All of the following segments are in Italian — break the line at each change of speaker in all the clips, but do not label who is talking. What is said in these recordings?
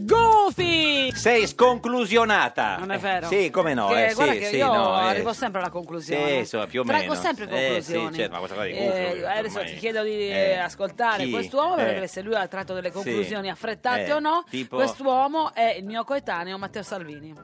Goofy!
Sei sconclusionata.
Non è vero.
Eh, Sì, come no?
Che
eh,
guarda
sì,
che
sì,
io
no, eh.
arrivo sempre alla conclusione.
Sì, insomma, più o meno.
Traggo sempre
Eh,
conclusioni.
sì, certo, ma questa cosa di
Eh,
conclusione,
adesso
ormai.
ti chiedo di
Eh,
ascoltare
chi?
quest'uomo per
Eh.
vedere se lui ha tratto delle conclusioni
Sì.
affrettate
Eh,
o no.
tipo-
Quest'uomo è il mio coetaneo Matteo Salvini.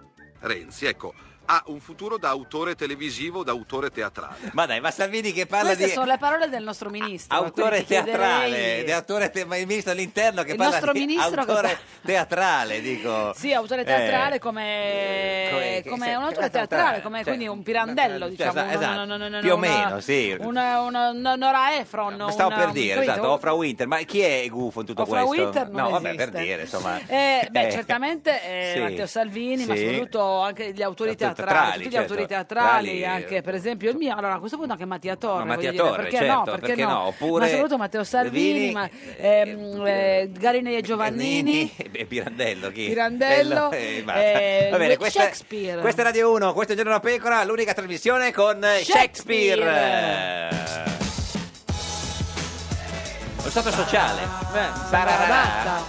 Renzi, ecco, ha un futuro da autore televisivo, da autore teatrale.
Ma dai, ma Salvini che parla
Queste
di
sono le parole del nostro ministro.
autore
quindi ti chiederei-
teatrale, di autore te- ma il ministro dell'interno che
Il
parla
nostro
di
ministro che
autore
parla-
teatrale, dico.
Sì, autore
Eh,
teatrale come,
come- che-
come
se-
un autore
teatrale,
teatrale, come
cioè,
quindi un pirandello,
cioè,
diciamo.
sa-
un-
esatto,
un- un- un-
più o
una-
meno, sì.
Una, una, una Nora Ephron.
Ma Stavo
una-
per dire,
capito?
esatto, Ofra Winter, ma chi è gufo in tutto
Ofra
questo?
Winter non
no, vabbè,
esiste.
per dire, insomma.
Eh, beh,
Eh,
certamente eh,
sì.
Matteo Salvini, ma
Sì.
soprattutto anche gli autori
Autori
teatrali,
teatrali,
tutti gli
certo.
autori teatrali,
Teatrali,
anche per esempio il mio, allora a questo punto anche Mattia
Ma
Torre,
Mattia
voglio dire,
Torre,
perché no,
certo,
perché,
perché
no,
no? Oppure
ma soprattutto Matteo
Salvini,
Salvini, ma, ehm, eh, Garinei e Giovannini,
e Pirandello chi?
Pirandello,
Bello, eh, basta.
eh,
Va bene,
Luke
questa,
Shakespeare.
questa è Radio 1 questo è Giorno da Pecora l'unica trasmissione con eh,
Shakespeare.
Shakespeare, lo stato sociale Sararà.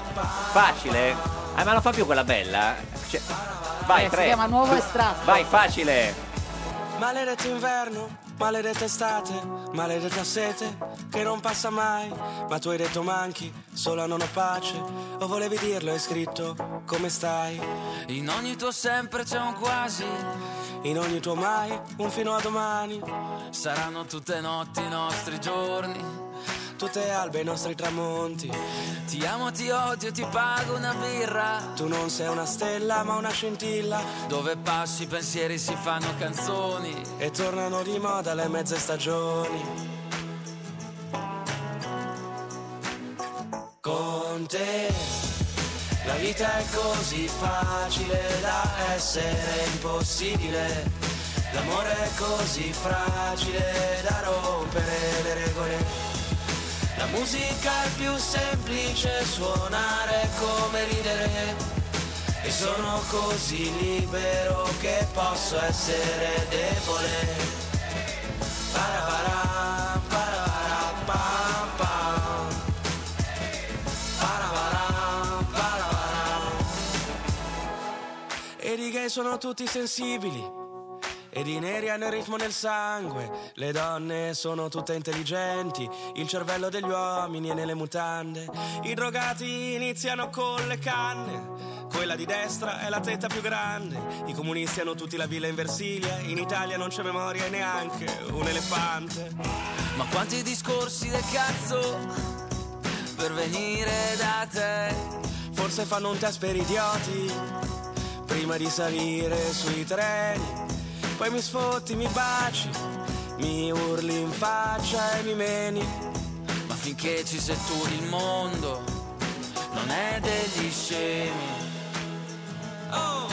facile ah ma non fa più quella bella Cioè, vai
Eh, si
tre
chiama Nuovo
due,
Estratto.
vai facile
Maledetto inverno, maledetta estate, maledetta sete che non passa mai. Ma tu hai detto manchi, sola non ho pace. O volevi dirlo, hai scritto come stai. In ogni tuo sempre c'è un quasi, in ogni tuo mai un fino a domani. Saranno tutte notti i nostri giorni. Tutte albe i nostri tramonti. Ti amo, ti odio, ti pago una birra. Tu non sei una stella, ma una scintilla. Dove passi i pensieri si fanno canzoni. E tornano di moda le mezze stagioni. Con te la vita è così facile da essere impossibile. L'amore è così fragile da rompere le regole. La musica è più semplice, suonare è come ridere. E sono così libero che posso essere debole. Parabara, parabara, pam, pam. Parabara, parabara. E di gay sono tutti sensibili. Ed i neri hanno il ritmo nel sangue, le donne sono tutte intelligenti, il cervello degli uomini è nelle mutande, i drogati iniziano con le canne, quella di destra è la tetta più grande, i comunisti hanno tutti la villa in Versilia, in Italia non c'è memoria e neanche un elefante. Ma quanti discorsi del cazzo per venire da te, forse fanno un test per idioti, prima di salire sui treni. Poi mi sfotti, mi baci, mi urli in faccia e mi meni. Ma finché ci sei tu il mondo non è degli scemi. Oh.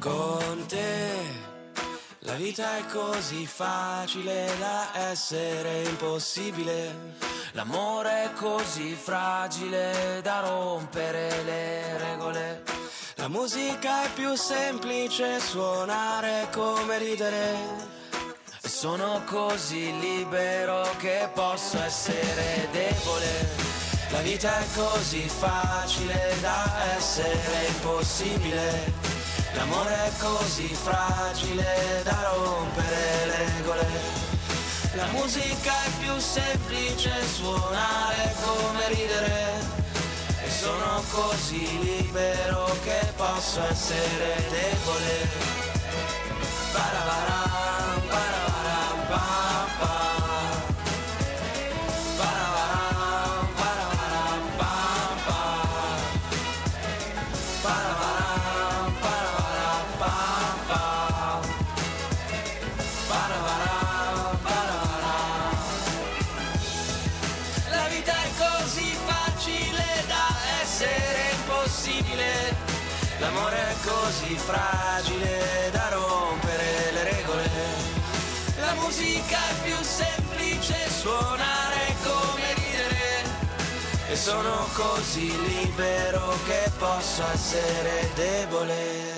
Con te la vita è così facile da essere impossibile. L'amore è così fragile da rompere le regole. La musica è più semplice, suonare è come ridere. E Sono così libero che posso essere debole. La vita è così facile da essere impossibile. L'amore è così fragile da rompere le regole. La musica è più semplice, suonare è come ridere. E sono così libero che posso essere debole. Parabaram, parabaram, pam, pam. Parabaram, parabaram, pam, pam. Parabaram, parabaram, pam, pam. Parabaram, parabaram. La vita è così facile da essere impossibile. L'amore è così fragile da rompere le regole. La musica è più semplice, E sono così libero che posso essere debole.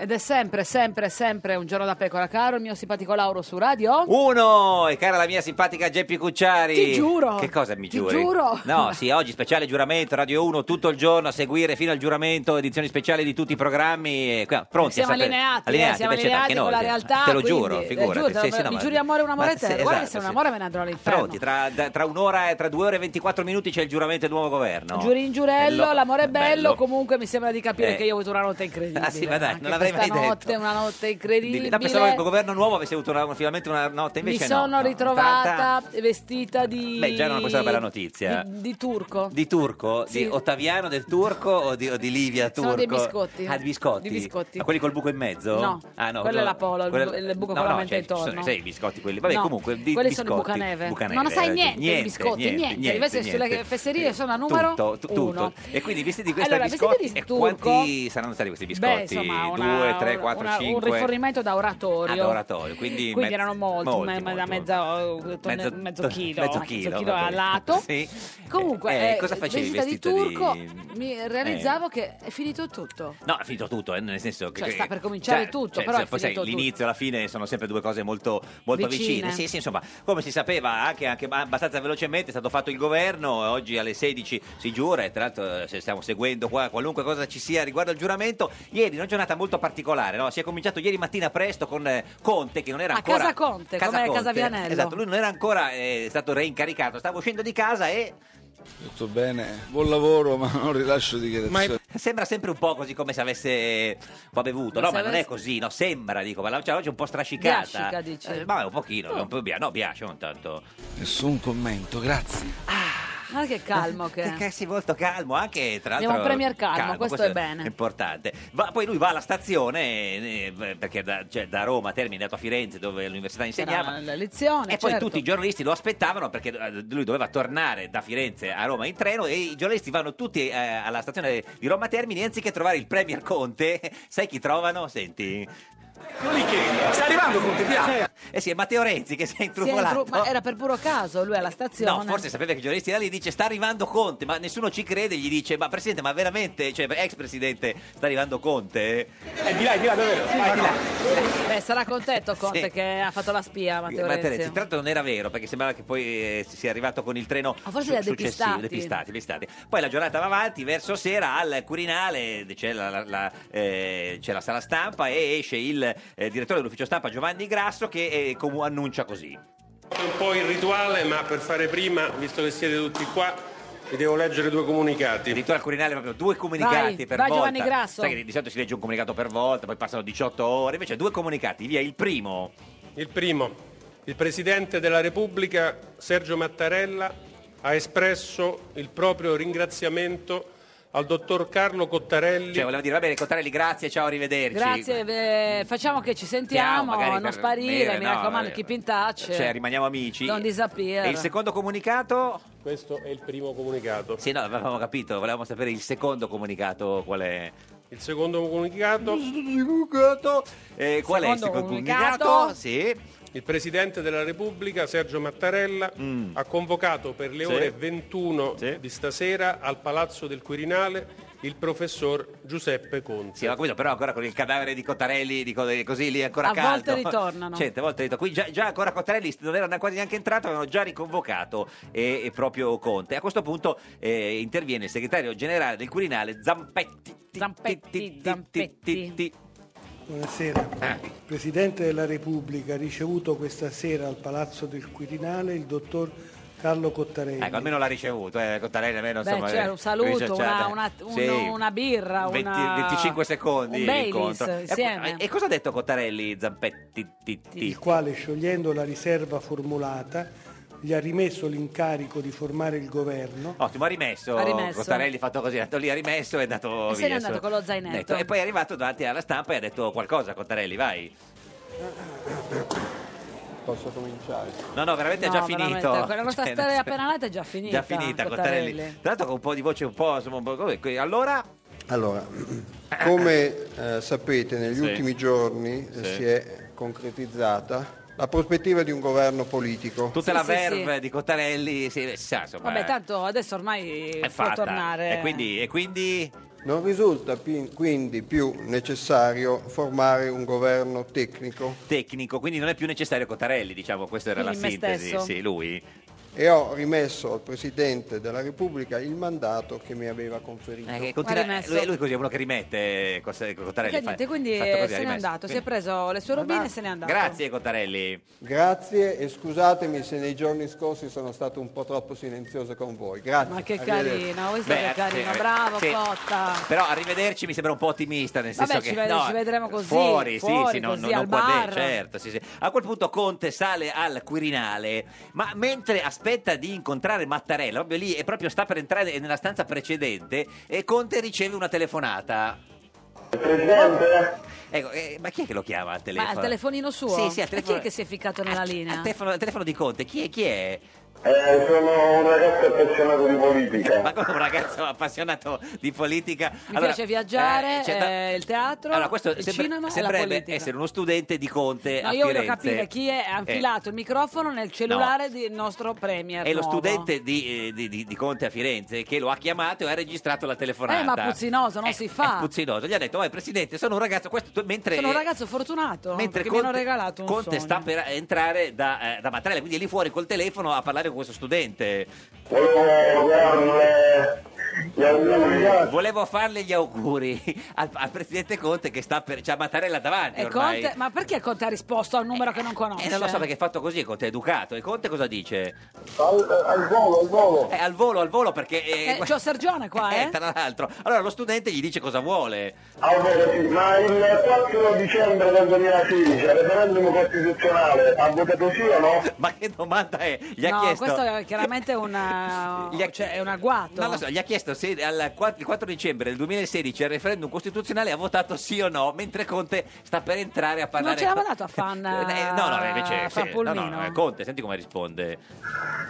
Ed è sempre, sempre, sempre un giorno da pecora, caro il mio simpatico Lauro su radio.
Uh, Uno! E cara la mia simpatica Geppi Cucciari.
Ti giuro.
Che cosa mi
Ti
giuri?
giuro.
No, sì, oggi speciale giuramento, Radio 1, tutto il giorno a seguire fino al giuramento, edizioni speciali di tutti i programmi. e qua- pronti
Siamo
a sapere-
allineati, eh, siamo
beh, certo,
allineati
anche
con la
noi,
realtà.
Te lo
quindi,
giuro,
eh,
figurati.
giuro,
sì, sì, no,
mi
ma-
giuri amore, un amore
ma
a te.
sì,
Guarda che
esatto,
se non
sì.
amore me ne andrò all'inferno.
Pronti, tra, da- tra un'ora e tra due ore e 24 minuti c'è il giuramento del nuovo governo.
Giurin Giurello,
Bello,
l'amore è bello,
bello.
comunque mi sembra di capire
Eh.
che io ho avuto una notte incredibile.
Ah, sì, ma dai,
Anche
non l'avrei
questa
mai detto.
notte, una notte
Dilli-
incredibile.
No, pensavo che il governo nuovo avesse avuto una- finalmente una notte,
mi
invece no.
sono
no.
ritrovata vestita di...
Beh, già non questa è una bella notizia. eh.
Di, di turco.
Di turco?
Sì.
Di Ottaviano del Turco o di, o di Livia Turco?
Sono dei biscotti.
Ah, di biscotti?
Di biscotti.
Ma quelli col buco in mezzo?
No,
Ah, no.
quello è la Polo, il
quello-
bu- il buco
no,
con la
no,
menta
cioè, ci sono-
intorno.
Sai, i biscotti quelli. Vabbè,
No,
comunque, di,
quelli sono i
biscotti.
bucaneve.
Bucaneve, eh,
Ma non sai
ragione.
niente, di biscotti, niente. Invece sulle fesserie sono al numero
tutto, tu- tutto.
uno.
E quindi vestiti di questa
Allora, vestiti
biscotti,
di
e
turco-
quanti saranno stati questi biscotti?
Beh, insomma, una-
2, 3,
una-
4,
una-
5.
un rifornimento da oratorio.
Ad oratorio, quindi mezz-
erano molti,
molti,
ma- ma da
molti,
mezzo, tonne- mezzo, chilo,
mezzo
mezzo
chilo,
chilo
va
a
bene.
lato.
Sì.
Comunque,
Eh,
eh,
cosa facevi
vestita di
vestita
turco,
di- Eh.
mi realizzavo che è finito tutto.
No, è finito tutto, eh, nel senso che...
Cioè,
che- cioè,
sta per cominciare tutto, però è
poi sai,
finito tutto.
L'inizio e la fine sono sempre due cose molto, molto vicine.
Vicine.
Sì, sì, insomma, come si sapeva anche, anche abbastanza velocemente è stato fatto il governo, e oggi alle 16 si giura, e tra l'altro eh, se stiamo seguendo qua qualunque cosa ci sia riguardo al giuramento. Ieri una giornata molto particolare, no? Si è cominciato ieri mattina presto con eh, Conte, che non era
A
ancora...
Casa Conte, come Casa Vianello.
Esatto, lui non era ancora eh, stato reincaricato, stava uscendo di casa e...
Tutto bene, buon lavoro, ma non rilascio
Ma
dichiarazioni.
sembra sempre un po' così come se avesse un po' bevuto, no?
Se
Ma non è
avesse-
così, no? Sembra, dico, ma la cioè, oggi è un po' strascicata.
Biascica, Oh. dici?
Eh, ma un pochino, un po' bia- no, piace un tanto.
Nessun commento, grazie.
Ma che calmo
Che
che è.
cazzo, molto calmo, anche tra l'altro.
Eh. Abbiamo un premier calmo, questo è bene.
Importante. Va- poi lui va alla stazione, eh, eh, perché da, cioè, da Roma a Termini è andato a Firenze dove l'università insegnava.
C'era la lezione,
E poi
certo.
tutti i giornalisti lo aspettavano perché eh, lui doveva tornare da Firenze a Roma in treno e i giornalisti vanno tutti eh, alla stazione di Roma Termini e anziché trovare il Premier Conte, sai chi trovano? Senti.
Sta arrivando Conte,
Eh sì, è Matteo Renzi che si è
Si è
intrufolato.
intru- ma era per puro caso, lui alla
No,
stazione.
forse sapeva che i giornalisti erano lì dice sta arrivando Conte, ma nessuno ci crede, gli dice ma presidente, ma veramente, cioè ex presidente, sta arrivando Conte?
Eh, di là, di là, davvero. Vai, di là.
Beh, sarà contento Conte
Sì.
che ha fatto la spia, Matteo
Eh, Ma Renzi,
Renzi.
tra l'altro non era vero perché sembrava che poi eh, si sia arrivato con il treno
Ma forse
su-
li ha
successivo,
depistati.
depistati, depistati. Poi la giornata va avanti, verso sera al Curinale c'è la, la- la, eh, c'è la sala stampa e esce il eh, direttore dell'ufficio stampa Giovanni Grasso che eh, comu- annuncia così.
È un po' il rituale, ma per fare prima, visto che siete tutti qua, vi devo leggere due comunicati.
Addirittura al Quirinale proprio due comunicati
Vai,
per
vai,
volta.
Giovanni Grasso.
Sai che di solito si legge un comunicato per volta, poi passano 18 ore, invece due comunicati, via il primo.
Il primo, il Presidente della Repubblica Sergio Mattarella ha espresso il proprio ringraziamento al dottor Carlo Cottarelli.
Cioè voleva dire va bene Cottarelli, grazie, ciao, arrivederci.
Grazie, eh, facciamo che ci
Siamo,
sentiamo,
magari
non
per-
sparire,
eh,
mi
no,
raccomando,
eh,
keep in touch.
Cioè, rimaniamo amici.
Don't disappear.
E il secondo comunicato?
Questo è il primo comunicato.
Sì, no, avevamo capito, volevamo sapere il secondo comunicato qual è.
Il secondo comunicato,
Comunicato. Eh, qual è il
Secondo
secondo comunicato?
comunicato?
Sì.
il Presidente della Repubblica Sergio Mattarella
Mm.
ha convocato per le
Sì.
ore 21
Sì.
di stasera al Palazzo del Quirinale il professor Giuseppe Conte.
Sì, ho capito, però ancora con il cadavere di Cottarelli, di co- così lì ancora
A
caldo.
volte ritornano.
Certe volte ritornano. Qui già, già ancora Cottarelli non era quasi neanche entrato, avevano già riconvocato eh, eh, proprio Conte. A questo punto eh, interviene il segretario generale del Quirinale Zampetti.
Zampetti, Zampetti.
Buonasera.
Eh.
Il Presidente della Repubblica ha ricevuto questa sera al Palazzo del Quirinale il dottor Carlo Cottarelli.
Ecco, almeno l'ha ricevuto, eh, Cottarelli almeno
Beh,
insomma,
cioè,
eh,
un saluto,
risociata.
una, una- un-
Sì.
una birra, una-
20 25 secondi
un
di
Baileys
incontro. E-
insieme.
E, cosa ha detto Cottarelli Zampetti? ti- ti-
Il quale, sciogliendo la riserva formulata, gli ha rimesso l'incarico di formare il governo.
Ottimo, ha rimesso,
Ha rimesso.
Cottarelli ha fatto così, è andato lì, ha rimesso e è andato
E
via.
se n'è andato
insomma.
con lo zainetto.
Netto. E poi è arrivato davanti alla stampa e ha detto qualcosa, Cottarelli, vai.
Posso cominciare?
No, no, veramente
No,
è già
veramente,
finito.
quella nostra
Cioè,
storia
non so-
appena nata è già finita,
Già finita, Cottarelli.
Cottarelli.
Tra l'altro con un po' di voce un po', insomma, un po' come- que- Allora,
Allora, come eh, sapete negli
Sì.
ultimi giorni eh,
Sì.
si è concretizzata la prospettiva di un governo politico.
Tutta la verve di Cottarelli, si sa, insomma,
Vabbè,
eh,
tanto adesso ormai
è
può
fatta.
tornare.
E quindi, e quindi
Non risulta pi- quindi più necessario formare un governo tecnico
tecnico, quindi non è più necessario Cottarelli, diciamo, questa era
Quindi
la
me
sintesi,
stesso.
sì, lui.
e ho rimesso al Presidente della Repubblica il mandato che mi aveva conferito.
Eh, che continua- lui, lui così è uno che rimette Cos- Cottarelli.
Che
fa-
niente, quindi
fatto
eh,
così,
se n'è
rimesso.
andato, si è
Quindi-
preso le sue robine e se n'è andato.
Grazie Cottarelli.
Grazie e scusatemi se nei giorni scorsi sono stato un po' troppo silenzioso con voi. Grazie.
Ma che
arrivederci.
carino, questo
Beh, eh,
che carino,
sì,
bravo
sì.
Cotta.
Però arrivederci mi sembra un po' ottimista, nel senso
Vabbè,
che
ci ved-
no,
ci vedremo così,
Fuori, sì,
fuori,
sì, no,
così,
no, non
al
qua
bar.
dentro, certo, sì, sì. A quel punto Conte sale al Quirinale, ma mentre aspetta di incontrare Mattarella, proprio lì e proprio sta per entrare nella stanza precedente e Conte riceve una telefonata. Ecco, eh, ma chi è che lo chiama al
Ma
telefono?
al telefonino suo?
Sì, sì, al telefono.
Ma
Eh, cioè,
Chi è che si è ficcato nella linea?
al telefono, al telefono di Conte, chi è? Chi è?
Eh, sono un ragazzo appassionato di politica.
Ma come un ragazzo appassionato di politica.
Mi piace viaggiare,
eh, c'è da-
eh, il teatro,
allora, questo
il
sembra-
cinema e la
sembrerebbe
politica.
essere uno studente di Conte
No,
a
io
Firenze.
voglio capire chi è ha
Eh,
infilato il microfono nel cellulare del nostro premier.
È lo
nuovo.
studente di, eh, di- di- di Conte a Firenze che lo ha chiamato e ha registrato la telefonata.
Eh, ma puzzinoso, non
eh,
si fa.
Puzzinoso. Gli ha detto, "Oh, presidente, sono un ragazzo... Questo, tu- mentre,
Sono un ragazzo fortunato
mentre
perché mi
Conte-
hanno regalato un
Conte
sogno.
sta per entrare da, eh, da Mattarella, quindi è lì fuori col telefono a parlare con questo studente. Volevo farle gli auguri al, al presidente Conte che sta per. c'ha Mattarella davanti
E
ormai.
Conte- ma perché Conte ha risposto a un numero che non conosce?
E non lo so perché è fatto così, Conte è educato. E Conte cosa dice?
Al, volo, al volo.
Eh, al volo, al volo perché. eh,
Eh, c'ho Sergione qua, eh?
eh, tra l'altro. Allora lo studente gli dice cosa vuole.
Ma il 4 dicembre del 2016, al referendum costituzionale, ha votato sì o no?
Ma che domanda è? Gli ha
no,
chiesto.
questo è chiaramente una, cioè, è un agguato.
Non lo so, gli ha chiesto se al 4, il 4 dicembre del 2016 al referendum costituzionale ha votato sì o no, mentre Conte sta per entrare a
non
parlare.
ce l'ha mandato a fan.
Eh, no, no, invece
fa
sì, no, no,
pulmino.
eh, Conte, senti come risponde.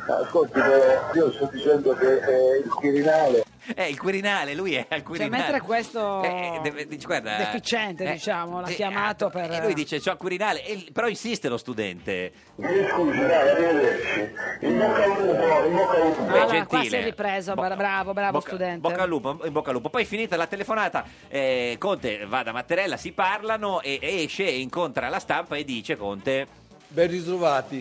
Ascolti, però, io sto dicendo che eh, il Quirinale...
Eh, il Quirinale, lui è al
Cioè,
Quirinale.
mentre questo
Eh, eh, deve- dice, guarda,
deficiente,
eh,
diciamo, l'ha
sì,
chiamato per
E lui dice, c'ho al Quirinale, e il- però insiste lo studente.
Mi scusi, dai, arrivederci. In bocca al lupo, in bocca al lupo.
Beh,
Allora, qua si è
gentile.
ripreso, bra- bravo, bravo
Bocca-
studente.
Bocca al lupo, in bocca al lupo. Poi finita la telefonata, eh, Conte va da Mattarella, si parlano e e esce e incontra la stampa e dice Conte...
Ben ritrovati.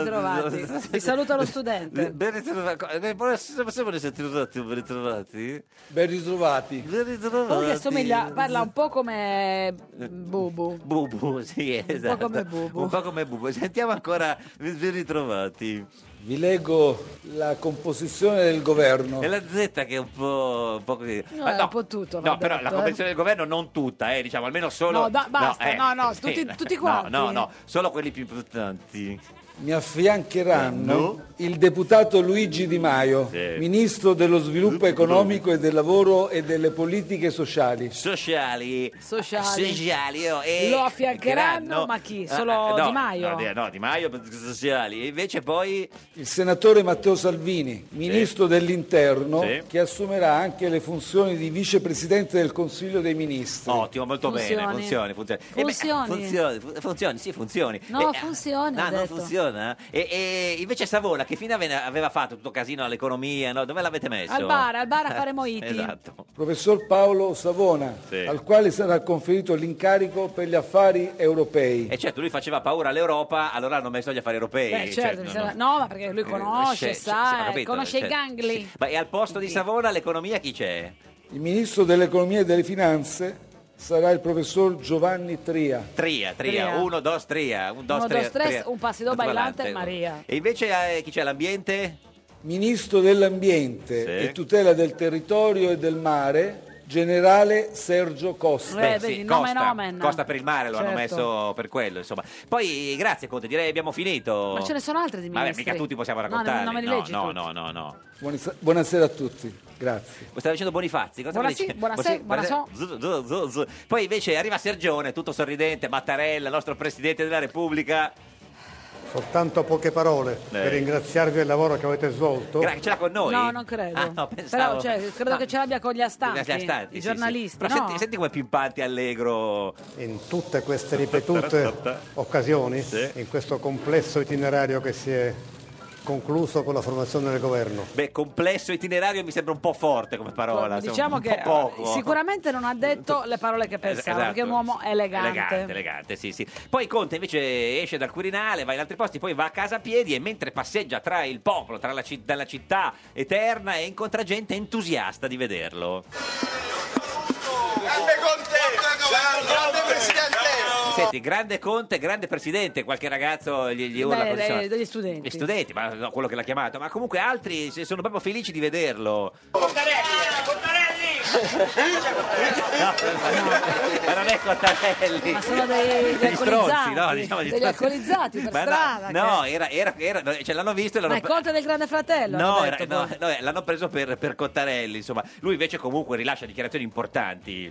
ritrovati. Vi saluta lo studente.
Ben ritrovati. eh, Possiamo essere ritrovati? Ben ritrovati.
Ben ritrovati.
Ben ritrovati.
Comunque assomiglia, parla un po' come Bubu.
Bubu, sì, esatto.
come Bubu.
Un po' come Bubu. Sentiamo ancora ben ritrovati.
Vi leggo la composizione del governo.
È la Z che è un po', un po così.
No,
Ma
è Eh, un po' tutto, va
No, però
detto,
la
eh.
convenzione del governo non tutta, eh, diciamo, almeno solo. eh.
No, da- basta, no, no,
sì,
tutti- tutti
no,
quanti.
No, no, solo quelli più importanti.
Mi affiancheranno il deputato Luigi Di Maio, ministro dello sviluppo economico e del lavoro e delle politiche sociali.
Sociali.
Sociali.
Sociali, oh, e
Lo affiancheranno, ma chi? Solo
Ah, no,
Di Maio?
No, Di- no, Di Maio, sociali. E invece poi.
Il senatore Matteo Salvini, ministro dell'interno,
Sì.
che assumerà anche le funzioni di vicepresidente del Consiglio dei Ministri.
Ottimo, molto bene,
Funzioni.
funzioni, funzioni. Eh beh,
Funzioni.
funzioni, fu- funzioni, sì, funzioni.
No,
Eh,
funziona.
No,
ha
non
detto.
funziona. eh? E, e invece Savola, che fine ave- aveva fatto tutto casino all'economia, no? dove l'avete messo?
Al bar, al bar a fare moiti.
Esatto.
Professor Paolo Savona,
Sì.
al quale sarà conferito l'incarico per gli affari europei.
E certo, lui faceva paura all'Europa, allora hanno messo gli affari europei.
Beh,
cioè,
certo,
no,
mi
no.
sembra- no, ma perché lui conosce,
Eh, sì, sì, sì, ho
sa, eh,
capito,
conosce i
cioè,
gangli.
Ma e al posto di Savona l'economia chi c'è?
Il ministro dell'economia e delle finanze sarà il professor Giovanni Tria.
Tria, tria,
Tria.
uno, dos, tria. Un, dos,
Uno,
tria,
dos, tres,
tria.
un passido bailante, Maria.
E invece eh, chi c'è? L'ambiente?
Ministro dell'ambiente
Sì.
e tutela del territorio e del mare, generale Sergio Costa.
Eh, vedi, nomen
Costa,
omen.
Costa per il mare lo hanno
Certo.
messo per quello, insomma. Poi grazie Conte, direi abbiamo finito.
Ma ce ne sono altri di
oh. Vabbè,
ministri.
mica tutti possiamo
No, non-
raccontarli.
non me li
no,
leggi
no,
tutti.
no, no, no.
Buonisa- buonasera a tutti, grazie.
Stava dicendo Bonifazzi. Cosa
Buonasì,
stava
buonasè,
dicendo? Buonasì, buonasè. Zu, zu, zu, zu. Poi invece arriva Sergione, tutto sorridente, Mattarella, nostro presidente della Repubblica.
Soltanto poche parole per ringraziarvi del lavoro che avete
Eh.
svolto.
Gra- ce l'ha con noi?
No, non credo.
Ah, no,
Però
pensavo-
cioè, credo
No.
che ce l'abbia con gli astanti,
Gli astanti,
Ah, i
sì, sì.
giornalisti.
Però
no?
senti, senti come pimpanti allegro.
In tutte queste ripetute occasioni, in questo complesso itinerario che si è concluso con la formazione del governo.
Beh, complesso itinerario mi sembra un po' forte come parola. insomma,
Diciamo
un
che eh,
po' poco.
sicuramente non ha detto le parole che pensava,
esatto.
perché è un uomo
Elegante, elegante, sì, sì. Poi Conte invece esce dal Quirinale, va in altri posti, poi va a casa a piedi e mentre passeggia tra il popolo, tra la ci- dalla città eterna e incontra gente entusiasta di vederlo.
Grande Conte! Grande Presidente!
Senti, grande Conte, grande presidente, qualche ragazzo gli, gli
Beh,
urla
dei-
quando sono-
degli studenti.
gli studenti, ma no, quello che l'ha chiamato, ma comunque altri se- sono proprio felici di vederlo. Ma non è Cottarelli.
Ma sono dei, degli
Gli stronzi,
alcolizzati,
no? Diciamo gli
degli
stronzi.
alcolizzati per
Ma no,
strada.
no,
che-
era, era, era- ce l'hanno visto e l'hanno
Ma è conto del grande fratello.
No,
hanno
era-
detto
no,
poi.
no, eh, l'hanno preso per, per Cottarelli, insomma. Lui invece comunque rilascia dichiarazioni importanti.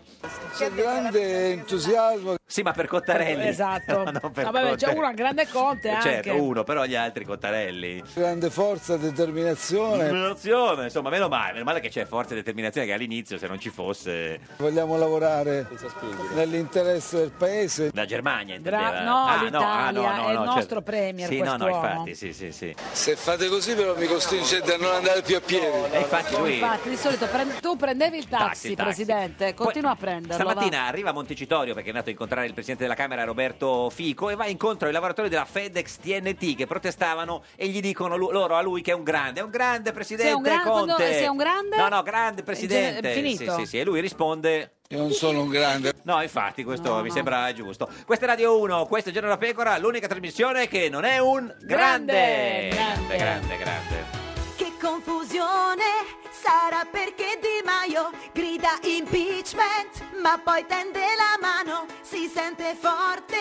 C'è grande entusiasmo.
Sì, ma per Cottarelli.
Esatto.
No, non per
Ah, vabbè, c'è
Conte.
uno a grande conte
Eh,
anche.
Certo, uno, però gli altri Cottarelli.
Grande forza,
Mm.
determinazione.
Determinazione, insomma, meno male, meno male che c'è forza e determinazione che all'inizio se non ci fosse
Vogliamo lavorare nell'interesse del paese.
la Germania, intendeva.
Gra- no,
Ah, ah,
l'Italia è il
certo.
nostro premier
Sì, no,
quest'uomo.
no, infatti, sì, sì, sì.
Se fate così però mi costringete a non andare più a piedi.
E infatti lui
Infatti, di solito prend- tu prendevi il taxi,
Taxi, taxi.
presidente, continua a prenderlo. va.
Stamattina arriva a Montecitorio perché è andato a incontrare il presidente della Camera Roberto Fico e va incontro ai lavoratori della FedEx TNT che protestavano e gli dicono lu- loro a lui che è un grande, è un grande presidente
Sei un gran-
Conte.
quando- sei un grande?
No, no, grande
In gen-
presidente.
è finito?
Sì, sì, sì, e lui risponde
io non sono un grande.
No, infatti, questo mi sembra giusto. Questa è Radio 1, questo è Giorno da Pecora, l'unica trasmissione che non è un
Grande,
grande.
grande.
grande, grande. grande.
Che confusione sarà perché Di Maio grida impeachment, ma poi tende la mano, si sente forte,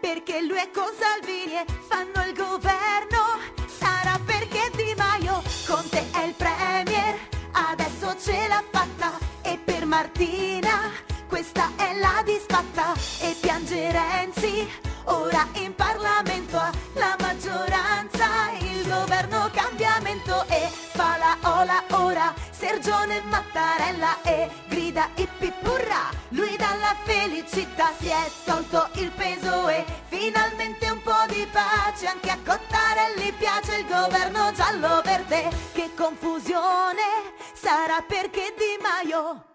perché lui è con Salvini e fanno il governo. Sarà perché Di Maio, Conte è il premier, adesso ce l'ha fatta e per Martina questa è la disfatta e piange Renzi, ora in Parlamento ha la maggioranza, il governo cambiamento e fa la ola ora, Sergione Mattarella e grida ippipurra, lui dalla felicità si è tolto il peso e finalmente un po' di pace, anche a Cottarelli piace il governo giallo-verde, che confusione sarà perché Di Maio...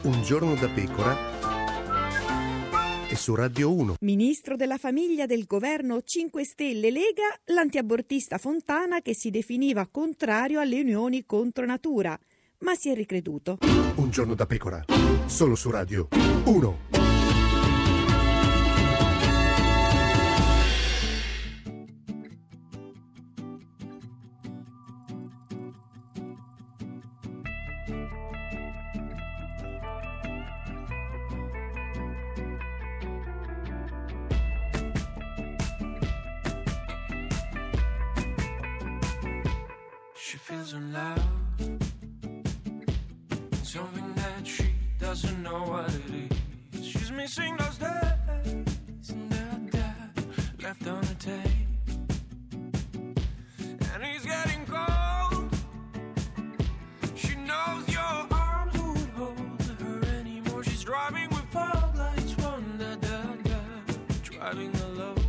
Un giorno da pecora e su Radio 1.
Ministro della famiglia del governo 5 Stelle Lega, l'antiabortista Fontana che si definiva contrario alle unioni contro natura, ma si è ricreduto.
Un giorno da pecora. Solo su Radio 1.
She feels her love. Something that she doesn't know what it is. She's missing those days and that death left on the tape. And he's getting cold. She knows your arms won't hold her anymore. She's driving with fog lights, one da da da, driving alone.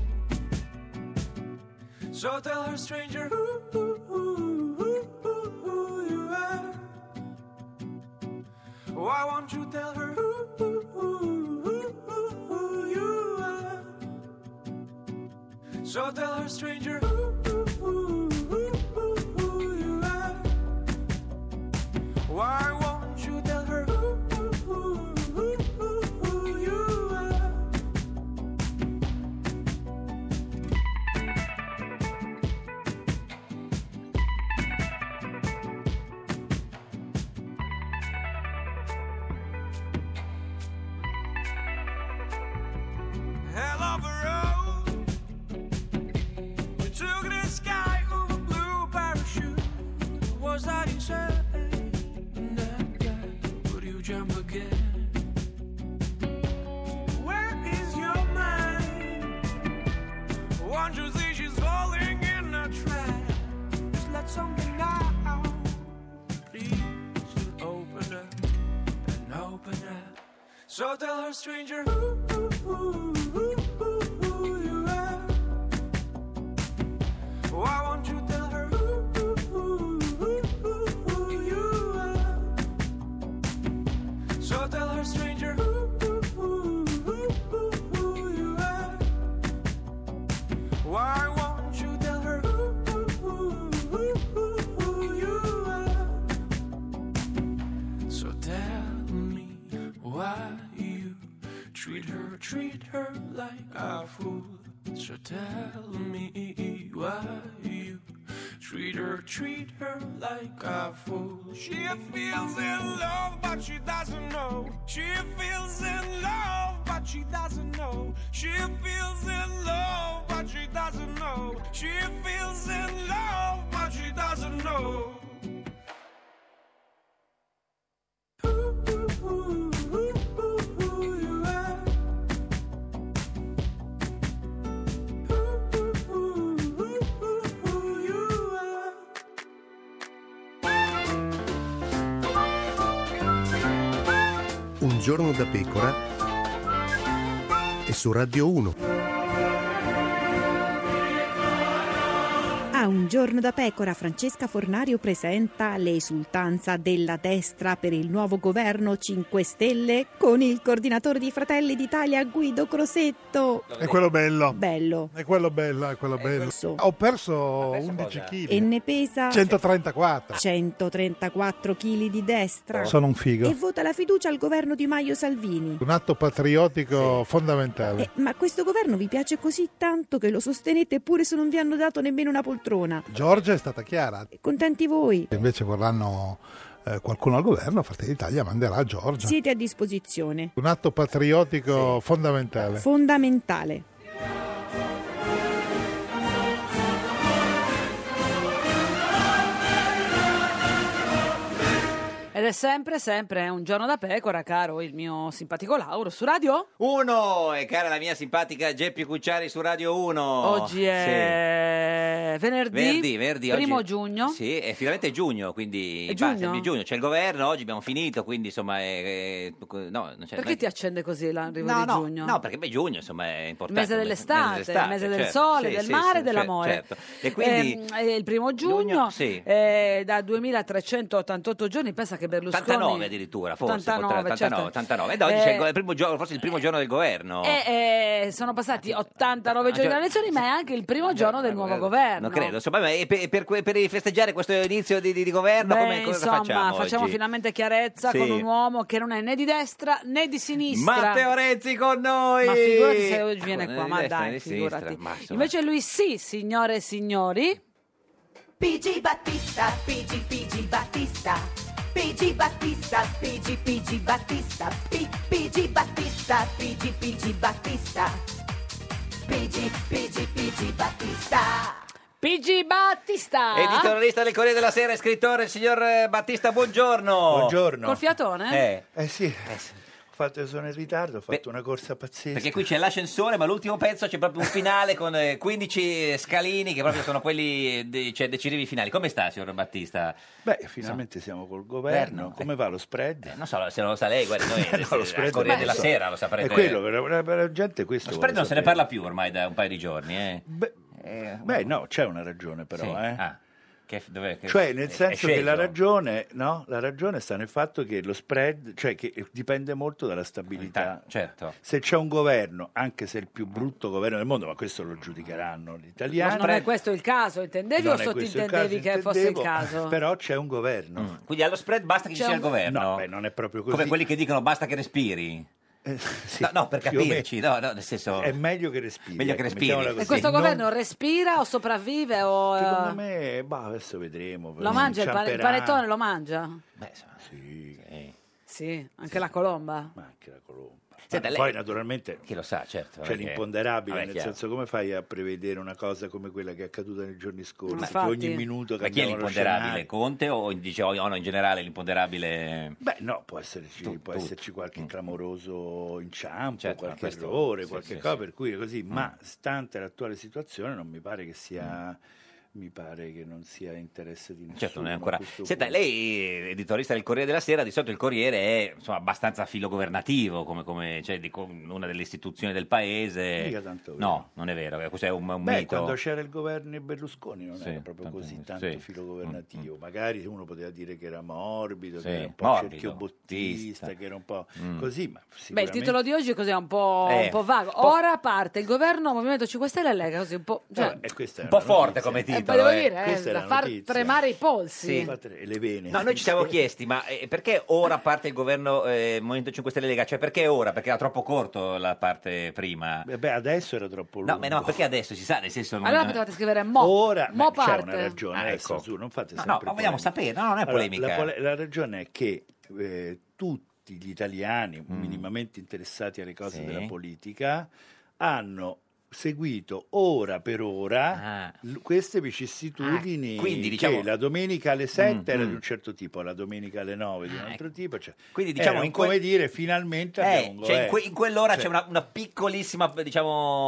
So tell her, stranger, who, who, who, who, who, who you are. Why won't you tell her who, who, who, who, who, who you are? So tell her, stranger, who, who, who, who, who, who you are. Why won't you tell her who, who, who, who, who, who you are? hell of a road. You took this So tell her, stranger, ooh, ooh, ooh, ooh, ooh, ooh, you are. Why won't you tell her, ooh, ooh, ooh, ooh, ooh, ooh, you are? So tell her, stranger, ooh, ooh, ooh, ooh, ooh, ooh, you are. Why won't you tell her, ooh, ooh, ooh, ooh, ooh, ooh, you are? So tell me why you treat her, treat her like a fool. So tell me why you treat her, treat her like a fool. She feels in love, but she doesn't know. She feels in love, but she doesn't know. She feels in love, but she doesn't know. She feels in love, but she doesn't know.
Un giorno da pecora e su Radio 1.
A un giorno da pecora, Francesca Fornario presenta l'esultanza della destra per il nuovo governo 5 Stelle con il coordinatore di Fratelli d'Italia Guido Crosetto.
È quello bello.
Bello.
È quello bello, è quello bello. Ho perso 11 kg.
E ne pesa
134.
134 kg di destra.
Sono un figo.
E vota la fiducia al governo di Maio Salvini.
Un atto patriottico fondamentale.
Eh, ma questo governo vi piace così tanto che lo sostenete pure se non vi hanno dato nemmeno una poltrona.
Giorgia è stata chiara.
Contenti voi.
Invece vorranno eh, qualcuno al governo, Fratelli d'Italia manderà Giorgia.
Siete a disposizione.
Un atto patriottico fondamentale.
Fondamentale.
Ed è sempre, sempre un giorno da pecora, caro il mio simpatico Lauro, su radio?
Uno, e cara la mia simpatica Geppi Cucciari su Radio 1.
Oggi è venerdì,
Verdi, Verdi,
primo
oggi-
giugno.
Sì, è finalmente giugno, quindi
È
basta,
giugno?
è giugno. C'è il governo, oggi abbiamo finito, quindi insomma... è- è- no, non c'è,
Perché ti accende così l'arrivo
cioè, no,
di
no,
giugno?
No, perché beh, giugno insomma è importante.
mese dell'estate, il mese del
certo.
sole,
Sì,
del
sì,
mare
sì,
e dell'amore.
Certo. E quindi...
Ehm, eh, il primo giugno,
sì.
eh, da 2388 giorni, pensa che Berlusconi...
89 addirittura, forse,
89,
potrà- 89,
certo.
89. Ed oggi c'è
Eh,
il go- il primo giorno, forse il primo giorno del governo.
Eh, eh, sono passati
Ah,
89 giorni
giorno-
dalle elezioni, ma è anche il primo giorno del nuovo governo.
Eh, Non credo, insomma, ma e per, e per que- per festeggiare questo inizio di, di- di governo,
Beh,
come, cosa
insomma,
facciamo? oggi?
finalmente chiarezza
Sì.
con un uomo che non è né di destra né di sinistra.
Matteo Renzi con noi!
Ma figurati se oggi viene qua, ma
Né di destra,
dai,
né di sinistra,
figurati.
ma insomma.
Invece lui sì, signore e signori.
PG Battista, PG PG Battista, PG Battista, PG PG Battista, P- PG Battista, PG PG Battista, PG PG PG Battista.
PG Battista.
Editorialista del Corriere della Sera e scrittore, il signor eh, Battista, buongiorno.
Buongiorno.
Col fiatone?
Eh, eh sì, ho fatto, sono in ritardo, ho fatto una corsa pazzesca.
Perché qui c'è l'ascensore, ma l'ultimo pezzo c'è proprio un finale con eh, 15 scalini che proprio sono quelli de- cioè, decisivi finali. Come sta, signor Battista?
Beh, finalmente siamo col governo.
Governo, Eh,
Come va lo spread?
non so se lo sa lei, guarda, noi eh,
No, lo
se-
spread
al Corriere
non
della
so.
Sera lo saprete.
È quello, per la, per la- per la gente questo
Lo spread
vuole
non se ne
sapere.
parla più ormai da un paio di giorni, eh.
Beh, beh, no, c'è una ragione però,
Sì.
eh.
Ah, che- dov'è che-
Cioè,
è-
nel
è
senso che la
sceso.
ragione, no? la ragione sta nel fatto che lo spread, cioè che dipende molto dalla stabilità.
Certo.
Se c'è un governo, anche se è il più brutto governo del mondo, ma questo lo giudicheranno gli italiani.
Non è questo il caso, intendevi
Non
o
è questo il
sottintendevi
caso,
che fosse il
intendevo,
caso?
Però c'è un governo.
Mm. Quindi allo spread basta che ci
C'è
sia
un-
il governo.
No, beh, non è proprio così. Eh,
Come quelli che dicono basta che respiri. no, no, per
più o meno.
capirci, no, no, nel senso...
È meglio che respiri.
Meglio che
ecco,
respiri.
mettiamola
E
così.
E questo
Non-
governo respira o sopravvive o... eh,
Secondo me, bah, adesso vedremo.
Lo mangia il, pane- il
inciamperà.
panettone? Lo mangia?
Sì.
Sì, anche la colomba.
Anche la colomba.
Senta,
Ma
lei-
Poi, naturalmente,
chi lo sa, certo.
c'è
perché-
l'imponderabile,
Vabbè,
nel
chiaro.
senso come fai a prevedere una cosa come quella che è accaduta nei giorni scorsi,
Ma
che ogni minuto
Ma chi è
cambiavano
l'imponderabile?
scenari?
Conte o dice, o no, in generale l'imponderabile...
Beh, no, può esserci, può esserci
Mm.
qualche clamoroso inciampo,
Certo,
qualche
Mm.
errore, qualche cosa, per cui è così, ma stante l'attuale situazione non mi pare che sia mi pare che non sia interesse di nessuno.
Mm. Certo, non è
a
ancora.
questo
Senta,
punto.
lei è editorista del Corriere della Sera, di solito il Corriere è insomma, abbastanza filogovernativo, come, come cioè, di co- una delle istituzioni del paese.
Mica tanto vero.
No, non è vero, eh, questo è un, un
Beh,
mito.
quando c'era il governo Berlusconi non
Sì,
era proprio
tanto-
così tanto
sì. Mm,
filogovernativo. Magari uno poteva dire che era morbido,
Sì,
che era un po'
morbido,
cerchiobottista, che era un po'
Mm.
così, ma
Beh, il
sicuramente...
titolo di oggi così è un po',
Eh,
un po' vago. Ora parte il governo, Movimento 5 Stelle e Lega, così un po'... cioè,
Eh, questa è
Un po'
una notizia.
forte come
eh,
titolo.
volevo
eh.
dire, eh, da far tremare i polsi.
Sì.
Fa tre- le vene.
No, noi ci siamo chiesti, ma eh, perché ora parte il governo eh, Movimento 5 Stelle Lega? Cioè, perché ora? Perché era troppo corto la parte prima.
Eh, Beh, adesso era troppo lungo.
No, ma no, perché adesso si sa, nel senso... non-
Allora potevate scrivere mo,
Ora
mo
beh,
parte.
c'è una ragione,
Ah,
adesso,
ecco.
su, non fate
No, no,
sempre
ma vogliamo sapere, no, non è
Allora,
polemica. eh.
la, pole- la ragione è che eh, tutti gli italiani minimamente interessati alle cose
Mm. Sì.
della politica hanno seguito ora per ora l- queste vicissitudini
Ah, quindi,
che
diciamo-
la domenica alle 7 era
Mm, Ah, ecco.
di un certo tipo, la domenica alle 9 di un altro tipo, cioè,
Quindi, diciamo,
era un
in quel-
come dire finalmente abbiamo
Eh,
un
cioè in, que-
governo.
in quell'ora
Cioè,
c'è una, una piccolissima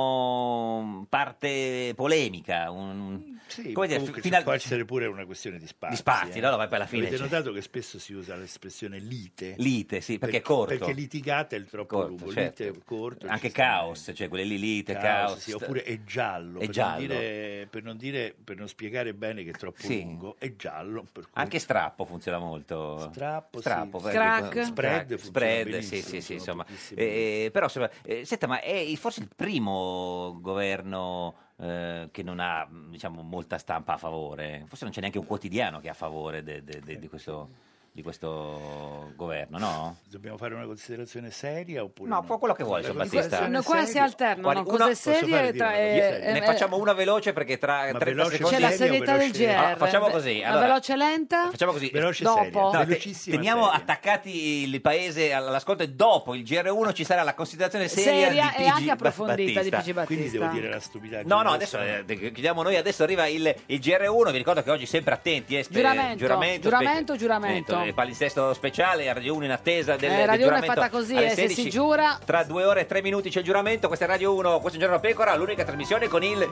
diciamo parte polemica un- un-
Mm, Sì,
come dire,
comunque,
fi- fino al-
può essere pure una questione di spazi.
Di spazi, no, no, ma poi alla fine
eh. Avete
c'è-
notato che spesso si usa l'espressione lite?
Lite, sì, perché è corto.
Perché litigata è il troppo
Corto,
lungo.
certo.
Lite è corto. ci
anche
sta eh.
caos cioè quelle lì lite
caos,
caos,
sì, oppure è giallo.
è
per,
giallo
Non dire, per, non dire- per non spiegare bene che è troppo
Sì.
lungo, è giallo. per cui-
anche strappo funziona molto
Strappo, sì.
perché-
Crack. Spread funziona
spread sì
benissimo,
sì sì
sono
insomma
pochissimi.
Eh, però insomma, eh, senta ma è forse il primo governo eh, che non ha diciamo molta stampa a favore forse non c'è neanche un quotidiano che è a favore de- de- de- di questo di questo governo no?
Dobbiamo fare una considerazione seria oppure
No, può quello che vuoi,
La
Gian Battista.
considerazione
No, qua si
seria-
alternano
Guardi,
cose
una-
posso fare
serie
dire
tra...
una
eh,
veloce?
eh,
ne
eh,
facciamo una veloce perché tra 30
veloce
secondi
c'è la
seria o
serietà del
veloce?
GR.
Allora, Ah, facciamo così,
Una
allora.
veloce e lenta?
Facciamo così.
Veloce,
Dopo.
seria.
No, te-
Velocissima,
teniamo
seria.
attaccati il paese all'ascolto e dopo il GR1 ci sarà la considerazione seria,
Seria
di
e
PG
anche approfondita
Battista.
di PG Battista.
Quindi devo dire la stupidaggine.
No, no, adesso
nostra.
eh, te- chiudiamo noi, adesso arriva il, il GR1, vi ricordo che oggi sempre attenti, eh, spe-
Giuramento,
giuramento,
giuramento,
spe-
giuramento.
eh, palinsesto speciale, Radio 1 in attesa del,
Eh,
del
Radio 1 è
giuramento
fatta così,
alle
eh, se
16.
si giura...
Tra due ore e tre minuti c'è il giuramento, questa è Radio 1, questo è un giorno da pecora, l'unica trasmissione con il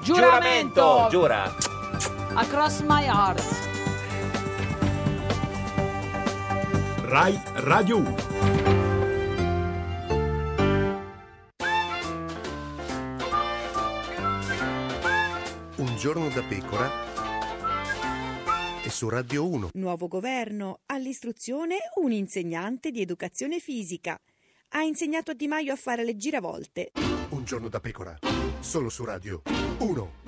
giuramento.
Giuramento.
Giura.
Across my heart.
Rai Radio 1.
Un giorno da pecora e su Radio 1.
Nuovo governo, all'istruzione un insegnante di educazione fisica. Ha insegnato a Di Maio a fare le giravolte.
Un giorno da pecora, solo su Radio 1.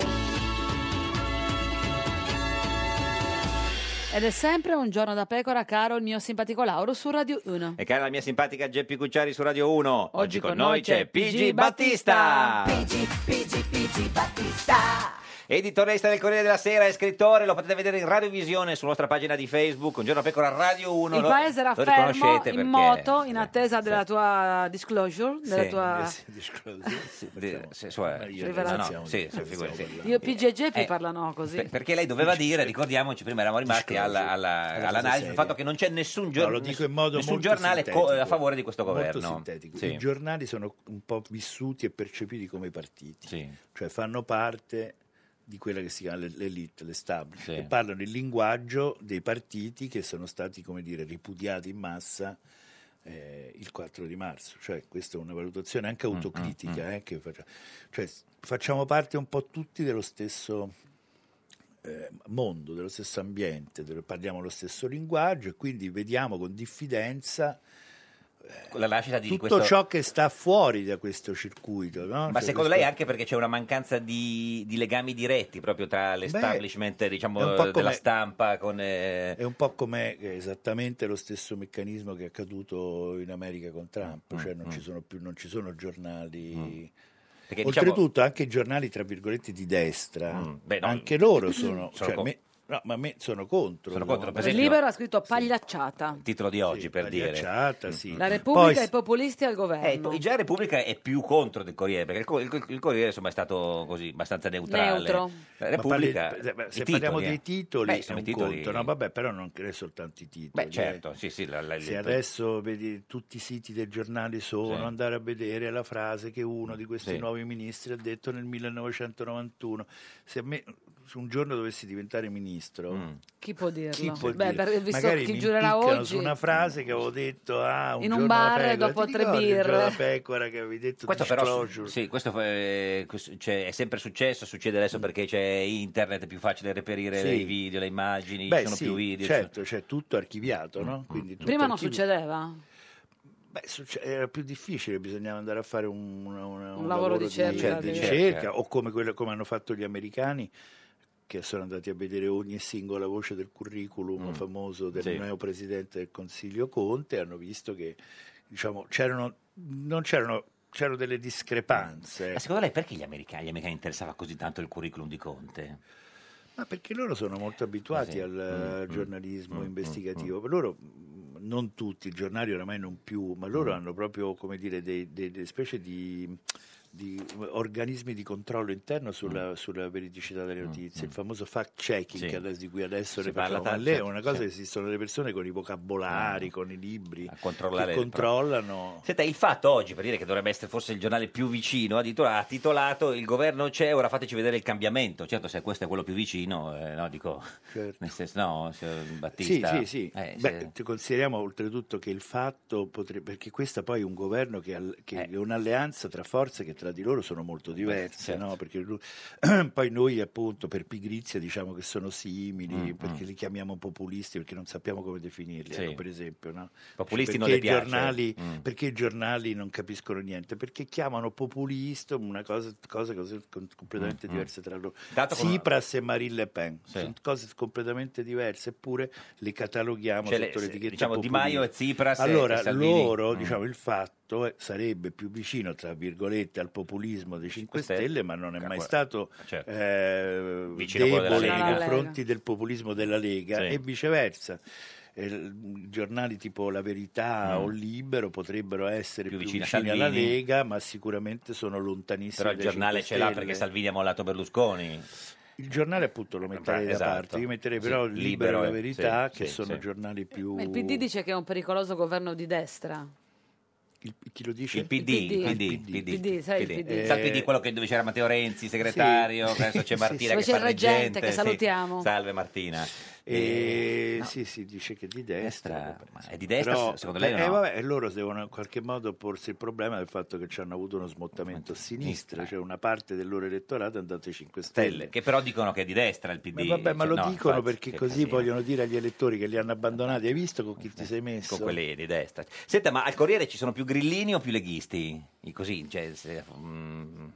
Ed è sempre un giorno da pecora, caro il mio simpatico Lauro su Radio 1.
E cara la mia simpatica Geppi Cucciari su Radio 1. Oggi, con, noi c'è PG Battista.
Battista.
Editorista del Corriere della Sera e scrittore, lo potete vedere in radiovisione sulla nostra pagina di Facebook, Un giorno da pecora Radio 1.
Il
lo,
paese era
lo
fermo, in
riconoscete perché-
moto, in attesa della tua disclosure, della
Sì,
tua...
Di- se- sua-
io
Rivelazione.
no, no, sì, sì, figurati.
Io PG e Geppi
Eh,
parlano così.
Per- perché lei doveva dire, ricordiamoci, prima eravamo rimasti alla- alla-
cosa
all'analisi del
seria.
fatto che non c'è nessun, gior-
No, lo dico in modo
nessun
molto
giornale co-
sintetico.
a favore di questo
Molto
governo.
sintetico.
Sì.
I giornali sono un po' vissuti e percepiti come i partiti, cioè fanno parte di quella che si chiama l'e- l'elite, l'establishment,
Sì.
e parlano il linguaggio dei partiti che sono stati, come dire, ripudiati in massa eh, il 4 di marzo. Cioè, questa è una valutazione
Mm,
anche autocritica. eh, che faccia- cioè, s- facciamo parte un po' tutti dello stesso eh, mondo, dello stesso ambiente, dello- parliamo lo stesso linguaggio e quindi vediamo con diffidenza
La nascita di
tutto
questo...
ciò che sta fuori da questo circuito. no?
Ma
Cioè,
secondo
questo-
lei anche perché c'è una mancanza di, di legami diretti proprio tra l'establishment
è
diciamo,
un po'
della
come-
stampa con... eh,
È un po' come eh, esattamente lo stesso meccanismo che è accaduto in America con
Mm,
Trump, cioè non ci sono più non ci sono giornali.
Perché, diciamo- Mm,
Oltretutto anche i giornali tra virgolette di destra,
beh, no,
anche loro sono,
sono
cioè,
co-
me- no, ma me sono contro.
Sono contro, per
Il
esempio-
libero ha scritto pagliacciata.
il titolo di oggi per dire.
pagliacciata, sì.
La Repubblica, i populisti al
Mm. Eh,
governo.
poi già la Repubblica è più contro del Corriere, perché il Cor- il, Cor- il Corriere insomma è stato così abbastanza neutrale.
Neutro.
La Repubblica,
Ma parli- se
i
parliamo
titoli, eh.
dei titoli,
Beh,
è
insomma,
un
i titoli-
conto, no? Vabbè, però non credo soltanto i titoli.
Beh,
eh.
certo, sì, sì, la- la-
Se
il-
adesso vedi tutti i siti del giornale sono,
Sì.
andare a vedere la frase che uno di questi
Sì.
nuovi ministri ha detto nel 1991. Se a me se un giorno dovessi diventare ministro,
Mm.
Chi può dirlo?
chi può
Beh,
dire?
per- visto
Magari
chi
mi
giurerà
impiccano
oggi.
su una frase che avevo
Mm.
detto ah, un
In un
giorno
bar,
la pecora.
dopo
Ti
tre
ricordi il giorno
birre?
la pecora che avevi detto
Questo però
disclosure?
sì, questo, eh, questo- cioè, è sempre successo, succede adesso perché c'è internet, è più facile reperire
Mm. Sì.
i video, le immagini,
Beh,
ci sono
sì,
più video. cioè- Mm, ci sono-
certo, c'è tutto archiviato, no? Quindi tutto
Prima non
archivi-
succedeva?
Beh, succe- era più difficile, bisognava andare a fare un, una- una-
Un lavoro di cerca, Certo,
di
di-
ricerca, o come, quello- come hanno fatto gli americani che sono andati a vedere ogni singola voce del curriculum famoso del
Mm. Sì.
neo presidente del Consiglio Conte, hanno visto che diciamo, c'erano, non c'erano, c'erano delle discrepanze.
Ma secondo lei perché gli americani, gli americani interessava così tanto il curriculum di Conte?
Ma perché loro sono molto abituati
Sì. Mm,
al eh, giornalismo investigativo. Loro, mh, non tutti, i giornali oramai non più, ma
Mm.
loro hanno proprio, come dire, dei- dei- delle specie di, di organismi di controllo interno sulla, sulla veridicità delle notizie. Il famoso fact-checking
Mm. Sì.
che adesso- di cui adesso
Si
ne parliamo.
parla
Ma lei è
tanto,
una cosa
sì. Mm.
che esistono le persone con i vocabolari, con i libri,
controllare
che
le
controllano...
Senta, il fatto oggi, per dire che dovrebbe essere forse il giornale più vicino, addirittura ha titolato Il governo c'è, ora fateci vedere il cambiamento. Certo, se questo è quello più vicino, eh, no, dico,
Certo.
nel senso, no, signor Battista.
Sì, sì, sì.
Eh,
Beh,
se-
ti consideriamo oltretutto che il fatto potrebbe, perché questa poi è un governo che, al-
Eh.
che è un'alleanza tra forze che tra di loro sono molto diverse,
certo.
no? Perché lui- poi noi appunto per pigrizia diciamo che sono simili, perché li chiamiamo populisti perché non sappiamo come definirli,
Mm, Sì.
ecco, per esempio, no?
Populisti
Cioè,
non le
perché i
piace.
giornali-
Mm.
Perché i giornali non capiscono niente? Perché chiamano populista una cosa, cose così con- completamente
Mm, mm.
diverse tra loro.
Dato con-
Tsipras e Marine Le Pen, sono cose completamente diverse, eppure le cataloghiamo
Cioè,
sotto
le-
l'etichetta
diciamo, Di
populista.
Maio e Tsipras e-
Allora,
e Salvini.
loro,
Mm.
diciamo, il fatto è- sarebbe più vicino, tra virgolette, al populismo dei 5
Stelle,
Stelle, ma non è mai
qua-
stato
certo.
eh,
Vicino a quello
debole
della Lega.
nei
Alla Lega.
confronti del populismo della Lega
Sì.
e viceversa. Eh, l- Giornali tipo La Verità
Mm.
o Libero potrebbero essere più,
vicini a
vicini alla
Salvini.
Lega, ma sicuramente sono lontanissimi.
Però il
dai
giornale
5
ce l'ha
Stelle.
perché Salvini ha mollato Berlusconi.
Il giornale appunto lo metterei da
esatto.
parte, io metterei
Sì,
però Libero e La
Libero, eh,
Verità
sì,
che
sì,
sono
sì.
giornali più...
Ma il PD dice che è un pericoloso governo di destra.
Chi lo dice?
Il PD, il PD, il PD,
PD, sai, il PD.
Eh, sa il PD, quello che dove c'era Matteo Renzi, segretario,
Sì.
che adesso c'è
Sì,
Martina
sì.
che
Dove
fa
c'è il reggente,
reggente,
che
sì.
salutiamo.
Salve Martina.
Eh,
Eh, no.
Sì, sì, dice che di destra.
ma è di destra,
Però-
secondo lei o
eh,
no?
vabbè, e loro devono in qualche modo porsi il problema del fatto che ci hanno avuto uno smottamento a sinistra, cioè una parte del loro elettorato è andata ai 5 Stelle.
Stelle, che però dicono che è di destra il PD.
eh, Ma vabbè, ma
Cioè,
lo
no,
dicono
infatti,
perché
che
così
casino. Eh,
vogliono dire agli elettori che li hanno abbandonati. Hai visto con chi ti sei messo?
Con quelli di destra. Senta, ma al Corriere ci sono più grillini o più leghisti? I Così, cioè, se- mm,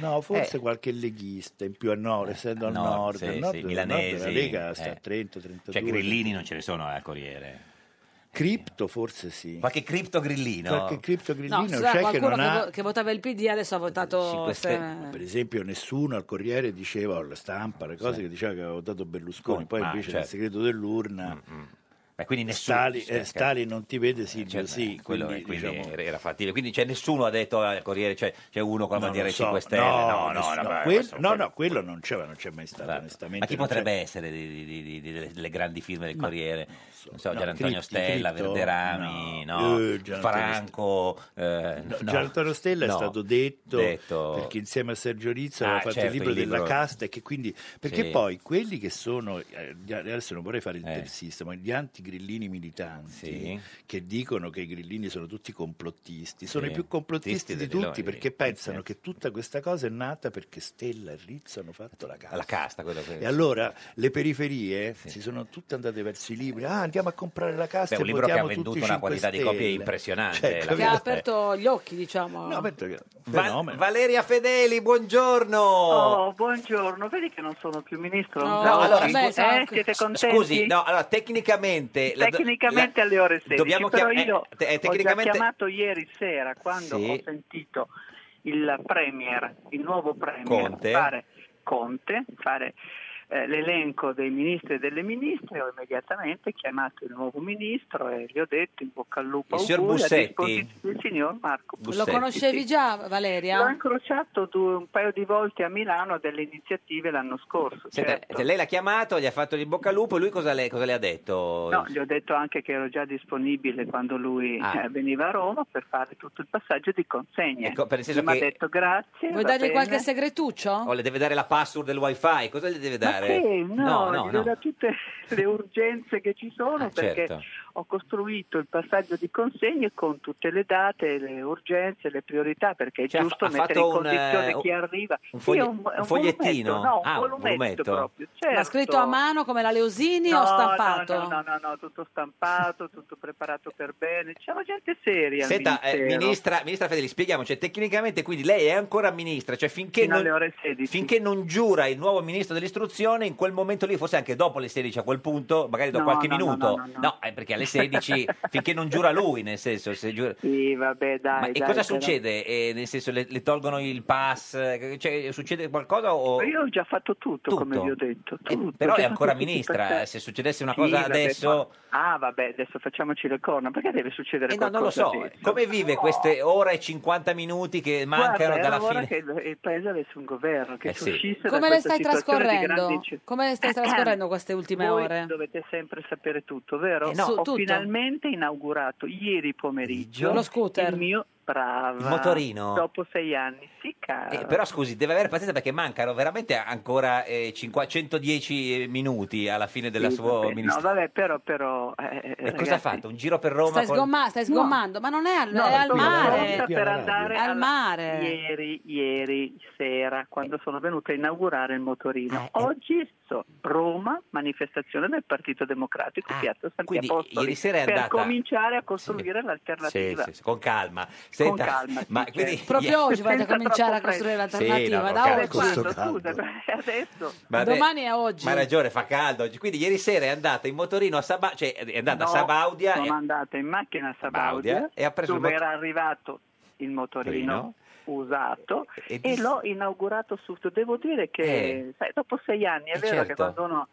No, forse
Eh.
qualche leghista in più a nord, essendo al
no,
nord,
sì,
al
sì,
nord, al
milanesi,
nord la Lega sta a
eh.
30, 32.
cioè grillini non ce ne sono al Corriere.
Cripto forse sì. Eh,
Qualche cripto grillino?
Qualche cripto grillino
No, scusa,
c'è che
qualcuno
non
che,
ha
vo- che votava il PD adesso ha
Oh,
votato... se-
Per esempio, nessuno al Corriere diceva, o alla stampa, le cose che diceva che aveva votato Berlusconi, poi
Ah,
invece nel
certo. Mm,
segreto dell'urna.
Beh, quindi nessuno,
Stalin,
cioè,
eh, Stalin non ti vede, Silvio
Cioè,
sì.
eh, quello
quindi,
quindi
diciamo-
era- era fattibile. Quindi c'è nessuno ha detto "Ah, al Corriere c'è, c'è uno con la
Non lo
bandiera dei
so.
5 Stelle. No, no,
ness- no,
no, beh,
quel-
questo- Esatto.
no, no, quello non c'era, non c'è mai stato, onestamente.
Ma chi
non c'è-
potrebbe essere di- di- di- di- delle, delle grandi firme del
Ma-
Corriere? Non so,
No,
Gianantonio
cripti-
Stella,
cripto?
Verderami,
No.
no.
Eh, Gian Antonio
Franco. Eh, no.
Gianantonio Stella
No.
è stato detto,
Detto-
perché insieme a Sergio Rizzo
Ah,
aveva fatto
certo,
il libro
il libro-
della casta e che quindi perché
Sì. Eh.
poi quelli che sono eh, gli- adesso non vorrei fare il terzista ma gli antigrillini militanti
Sì.
che dicono che i grillini sono tutti complottisti sono
Sì.
i più complottisti
Tisti
di
dei loro,
tutti
sì.
perché pensano che tutta questa cosa è nata perché Stella e Rizzo hanno fatto la casta
La casta, quello che...
e allora le periferie si sono tutte andate verso i libri. Ah, andiamo a comprare la cassa
Beh, un
e
libro che ha
votiamo
venduto
tutti i
una
5
quantità di
stelle.
copie impressionante,
Cioè,
la
che ha
capito?
aperto gli occhi, diciamo.
No, aperto gli occhi.
Val-
Fenomeno.
Valeria Fedeli, buongiorno.
Oh, buongiorno, vedi che non sono più ministro?
No,
Oggi?
allora,
Eh,
scusa-
siete contenti?
Scusi, no, allora tecnicamente... la do-
Tecnicamente
la-
alle ore 16,
Dobbiamo
però
chiam-
io
eh, te- eh,
ho già
tecnicamente...
chiamato ieri sera quando
Sì.
ho sentito il Premier, il nuovo Premier,
Conte.
fare Conte, fare eh, l'elenco dei ministri e delle ministre, ho immediatamente chiamato il nuovo ministro e gli ho detto in bocca al lupo
Il signor
auguri, a
Bussetti.
disposizione del signor Marco
Lo
Bussetti.
conoscevi già, Valeria?
L'ho incrociato due- un paio di volte a Milano a delle iniziative l'anno scorso.
Senta,
certo.
lei l'ha chiamato, gli ha fatto il bocca al lupo, lui cosa le, cosa le ha detto?
No, gli ho detto anche che ero già disponibile quando lui
Ah.
eh, veniva a Roma per fare tutto il passaggio di consegne.
Ecco, per il senso
Lui Mi
che-
ha detto grazie.
Vuoi
va
dargli
bene.
qualche segretuccio?
Oh, le deve dare la password del wifi, cosa le deve
Ma
dare?
sì, no,
no,
no,
no.
da tutte le urgenze che ci sono
Ah,
perché
certo.
ho costruito il passaggio di consegne con tutte le date, le urgenze, le priorità perché è
Cioè, ha
giusto
fa- ha
mettere in
fatto un,
condizione
eh,
chi arriva.
un
Sì,
foglie-
è
un
è
fogliettino?
volumetto, no, un
Ah, un
volumetto
volumetto.
proprio.
L'ha
certo.
scritto a mano come la Leosini
No,
o stampato?
No, no, no, no, tutto stampato, tutto preparato per bene. C'era gente seria. al
Senta, eh,
ministero.
ministra, ministra Fedeli, spieghiamo, cioè, tecnicamente quindi lei è ancora ministra, cioè finché
Fino
non,
alle ore
finché non giura il nuovo ministro dell'istruzione, in quel momento lì, forse anche dopo le 16 a quel punto, magari dopo
No,
qualche
no, no,
minuto,
no, no, no.
eh, perché alle 16, finché non giura lui, nel senso, se giura...
Sì, vabbè, dai.
Ma e
dai,
cosa
però-
succede? Eh, nel senso, le, le tolgono il pass? Eh, Cioè, succede qualcosa o... Eh,
Io ho già fatto tutto, come vi ho detto. tutto.
Però
Ho già
è ancora
fatto tutto
ministra,
perché-
eh, se succedesse una
Sì,
cosa
vabbè,
adesso...
ma- Ah, vabbè, adesso facciamoci le corna, perché deve succedere
Eh, no,
qualcosa?
non lo so, eh,
di-
come vive queste ora e 50 minuti che mancano
Guarda, era
dalla
ora
fine?
che il, il paese avesse un governo che
Eh,
ci
sì.
uscisse da
Come le
questa
stai
situazione di grande
trascorrendo?
incertezza.
Come le stai trascorrendo queste ultime
Voi
ore?
dovete sempre sapere tutto, vero?
Eh, no.
ho
Su tutto.
finalmente inaugurato ieri pomeriggio
Lo
scooter. il mio brava
Il motorino?
dopo sei anni. Sì, caro.
Eh, però scusi, deve avere pazienza perché mancano veramente ancora eh, 5 110 minuti alla fine della
Sì,
sua
vabbè, No,
ministra.
vabbè, però, però eh,
e cosa ha fatto? Un giro per Roma?
Stai,
con-
sgomma- stai sgommando, ma non è al,
No,
è al
sono
mare.
pronta per andare
al
alla-
mare.
Ieri, ieri sera, quando sono venuta a inaugurare il
Eh,
motorino. Oggi so, Roma, manifestazione del Partito
Ah,
Democratico, Piazza Santi
quindi
Apostoli,
ieri sera è
per
andata-
cominciare a costruire
Sì,
l'alternativa.
sì, sì, con calma.
Con
Senta,
calma,
ma
sì,
quindi-
certo.
Proprio oggi
Senza
volete cominciare a
troppo
costruire
fretta.
l'alternativa.
Sì, no, con
da oggi.
calma. Questo
Quando,
caldo.
scusa, adesso
Ma de-
Domani è oggi.
Ma ha ragione, fa caldo oggi. Quindi ieri sera è andata in motorino a Sabaudia, cioè è andata
No,
a Sabaudia.
sono
e-
andata in macchina a Sabaudia,
e ha preso il
dove
mot-
era arrivato il motorino usato
E
e,
dis-
l'ho inaugurato subito. Devo dire che
Eh.
sai, dopo sei anni è
Eh,
vero
certo.
che quando uno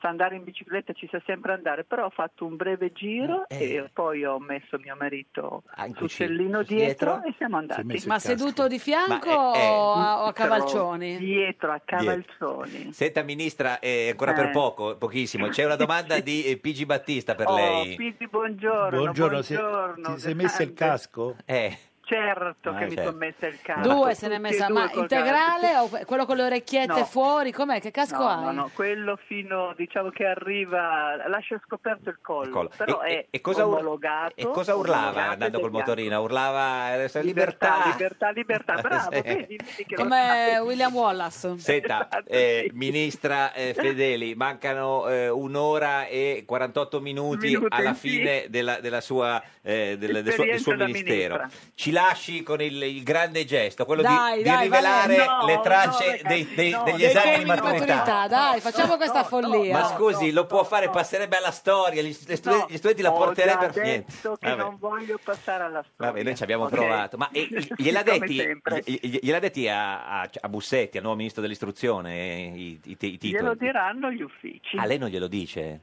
sa andare in bicicletta ci sa sempre andare, però ho fatto un breve giro
Eh. Ah,
e poi ho messo mio marito
in
sul
cucina.
sellino
Dietro?
dietro, e siamo andati.
Ma seduto di fianco
Ma è- è-
o a, o a
Dietro-
cavalcioni?
Dietro a cavalcioni.
Senta, ministra, eh, ancora
Eh.
per poco, pochissimo. C'è una domanda di eh, Pigi Battista per
Oh,
lei.
Pidi, buongiorno.
Buongiorno, si-
buongiorno,
ti sei messo il
grande.
casco?
Eh.
Certo
Ah,
che
cioè,
mi
certo.
sono messa il casco.
Due se n'è
Tutti e
messa,
due
ma
col
integrale o que- quello con le orecchiette
No.
fuori? Com'è? Che
casco.
casco
No,
hai?
no, no, quello fino, diciamo che arriva, lascia scoperto il collo,
collo.
però
E-
è
e- e cosa ur-
omologato.
E cosa urlava
omologato
andando
ed
col
è bianco.
motorino? Urlava eh,
Libertà,
libertà.
libertà, libertà, bravo,
Sì.
vedi, vedi che lo
Come
sai.
William Wallace.
Senta, eh, ministra eh, Fedeli, mancano eh, un'ora e 48 minuti
Minuti,
alla
sì.
fine della, della sua, eh, del, del suo, del suo
Esperienza da
ministero.
ministra.
Ci lasci con il, il grande gesto, quello di-
Dai,
di,
dai,
rivelare
Valeria. No,
le
no,
tracce
perché-
dei- dei-
no,
degli
dei
esami
temi
di maturità.
Dai, facciamo questa follia.
Ma scusi, lo può fare, passerebbe alla storia, gli, gli studen- gli studenti la
Ho
porterebbero
già
niente.
detto che
Vabbè.
non voglio passare alla storia.
Vabbè, noi ci abbiamo
Ok.
provato. Ma eh, gliel'ha
Come
detti,
sempre.
gli- gli- gliel'ha detti a, a- a Bussetti, al nuovo ministro dell'istruzione, eh, i, i te- i titoli?
Glielo diranno gli uffici.
A lei non glielo dice?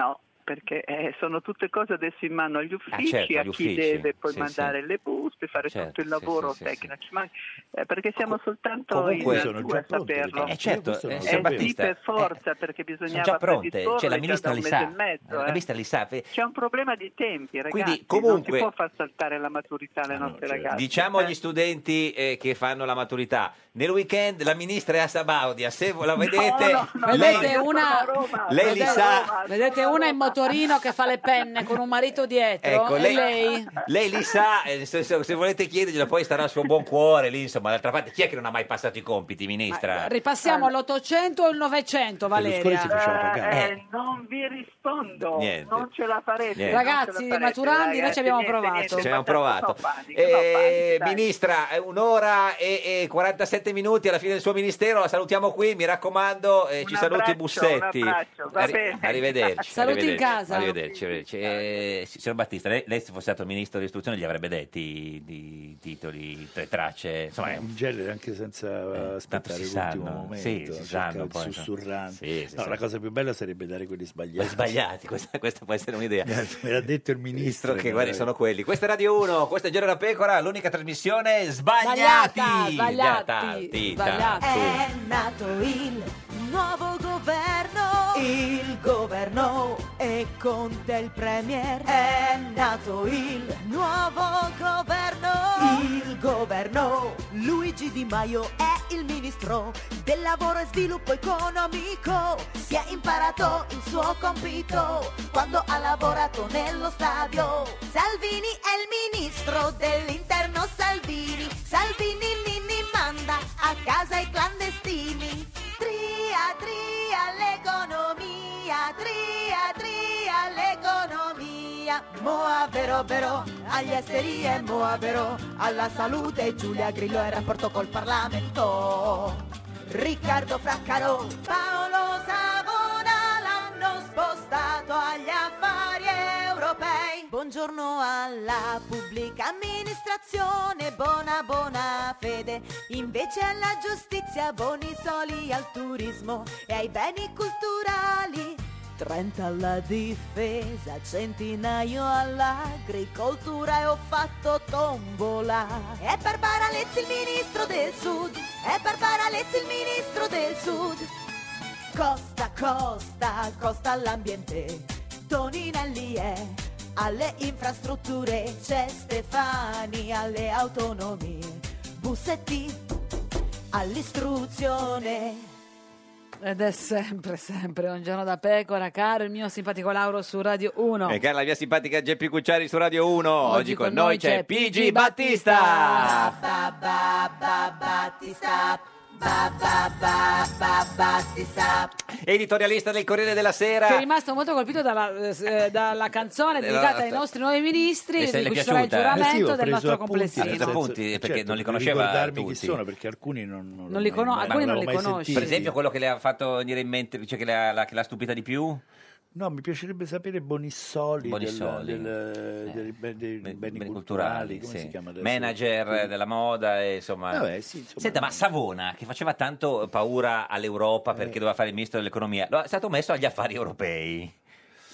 No, perché eh, sono tutte cose adesso in mano agli uffici,
certo,
a
agli
chi
uffici,
deve poi
sì,
mandare
sì.
le buste, fare
Certo,
tutto il
sì,
lavoro
sì, sì,
tecnico, ma, eh, perché siamo soltanto
comunque-
in
Sono
due
già
a
pronte le
saperlo.
cose, Eh, certo, questo non eh, lo signor sapevo.
sì per
Battista, eh,
forza, perché
Sono
bisognava
già pronte,
predisporle
cioè, la
già
ministra
da un
li
mese
sa.
e mezzo,
La
eh.
ministra li sa. Fe-
C'è un problema di tempi, ragazzi,
Quindi,
non si
comunque- Ah,
può far saltare la maturità alle nostre ragazze.
Diciamo agli studenti eh, che fanno la maturità, nel weekend la ministra è a Sabaudia, se voi la vedete...
no, no,
lei-
Vedete una,
lei li
vedete-
sa-
vedete una in motorino che fa le penne con un marito dietro
Ecco,
e
lei-
lei,
Lei li sa, eh, se, se- se volete chiederglielo poi starà al suo buon cuore, lì insomma, d'altra parte chi è che non ha mai passato i compiti, ministra?
ripassiamo l'Ottocento o il Novecento Valeria
pagare.
Eh, eh, non vi rispondo,
Niente.
non ce la farete.
Niente.
non ce la
Ragazzi,
farete,
maturandi, noi ci
ragazzi,
abbiamo
niente,
provato.
niente,
Ci abbiamo
basta,
provato.
no, panico, no,
Eh,
panico, dai.
ministra, è un'ora e, e 47 minuti alla fine del suo ministero. La salutiamo qui. Mi raccomando, eh, ci
Un
saluti
abbraccio,
Bussetti.
un abbraccio, va
Arri-
bene.
arrivederci.
saluti in
arrivederci.
casa.
Arrivederci. arrivederci. Eh, sì, signor Battista, lei, lei se fosse stato ministro dell'istruzione gli avrebbe detti di titoli, tre tracce. Insomma, è un-
in genere anche senza eh, aspettare
si
l'ultimo
sanno,
momento
sì, si
cercare
sanno
il
poi, no?
sussurrante
Sì, sì,
No,
sì.
la cosa più bella sarebbe dare quelli sbagliati
sbagliati, questa, questa può essere un'idea.
me l'ha detto il ministro
che guardi sono quelli. Questa è Radio 1, questa è Giro da Pecora, l'unica trasmissione sbagliati.
Sbagliata, sbagliati,
Sbagliati,
Eh, sbagliati. È nato il nuovo governo. Il governo e con del premier. È nato il nuovo governo. Il governo. Luigi Di Maio è il ministro del lavoro e sviluppo economico. Si è imparato il suo compito quando ha lavorato nello stadio. Salvini è il ministro dell'interno Salvini. Salvini Nini manda a casa i clandestini. Tria, tria l'economia, tria, tria l'economia. Moa vero vero, agli esteri e moa vero, alla salute Giulia Grillo e rapporto col Parlamento. Riccardo Fraccaro, Paolo Savona l'hanno spostato agli affari europei. Buongiorno alla pubblica amministrazione, buona buona fede. Invece alla giustizia, buoni soli al turismo e ai beni culturali. 30 alla difesa, centinaio all'agricoltura e ho fatto tombola. È Barbara Lezzi il ministro del sud, è Barbara Lezzi il ministro del sud. Costa, costa, costa all'ambiente, Toninelli è alle infrastrutture, c'è Stefani alle autonomie, Bussetti all'istruzione.
Ed è sempre, sempre un giorno da pecora, caro il mio simpatico Lauro su Radio 1.
E cara Eh, la mia simpatica Geppi Cucciari su Radio 1. Oggi, con, noi, c'è PG
Battista.
Battista.
Battista, ba ba ba ba Battista.
Editorialista del Corriere della Sera.
Sei rimasto molto colpito dalla, eh, dalla canzone
Della-
dedicata ai nostri nuovi ministri,
Le sei-
di
le
cui
è
ci sarà il
piaciuta?
giuramento del nostro
Ha preso
complessino.
appunti,
Certo,
perché non li
per
conosceva
ricordarmi chi
tutti.
sono, perché alcuni non, non-
Non li
Ah,
cono-
non
alcuni non
l'avevo mai
li conosci.
sentiti.
Per esempio quello che le ha fatto venire in mente, cioè che le ha- la- che l'ha stupita di più?
No, mi piacerebbe sapere Bonissoli, del-
Bonissoli.
del-
Eh.
dei be- dei beni, culturali, come
sì.
si chiama adesso?
manager eh, della moda e insomma.
Vabbè, sì, insomma.
Senta, ma Savona che faceva tanto paura
Eh.
all'Europa perché doveva fare il ministro dell'economia, lo è stato messo agli affari europei.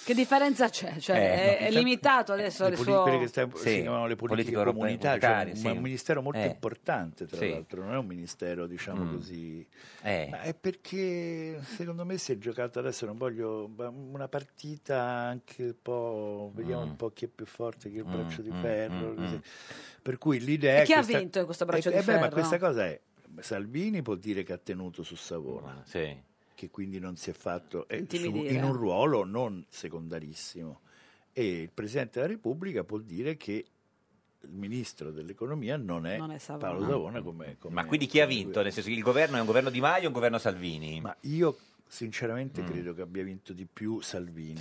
Che differenza c'è? Cioè,
Eh,
è,
no,
è
cioè,
limitato adesso
Le
il
poli-
suo...
quelle che sta-
Sì,
si chiamano le politiche,
politiche europee,
comunità, cioè
comunitarie,
un,
sì.
un ministero molto
Eh.
importante, tra
Sì.
l'altro, non è un ministero, diciamo
Mm.
così.
Eh.
Ma è perché secondo me si è giocata adesso, non voglio ma una partita anche un po', vediamo
Mm.
un po' chi è più forte, chi è il
Mm,
braccio di
mm,
ferro.
mm, mm.
Per cui l'idea
E chi
è
ha
questa-
vinto in questo braccio
Eh,
di
eh beh,
ferro?
ma questa cosa è Salvini può dire che ha tenuto su
Ah,
Savona. Che quindi non si è fatto eh, su-
Intimidire.
in un ruolo non secondarissimo e il Presidente della Repubblica può dire che il Ministro dell'Economia non è,
Non è Savona.
Paolo Savona come,
Ma quindi chi ha vinto? Nel senso che il governo è un governo Di Maio o un governo Salvini?
Ma io sinceramente credo che abbia vinto di più Salvini.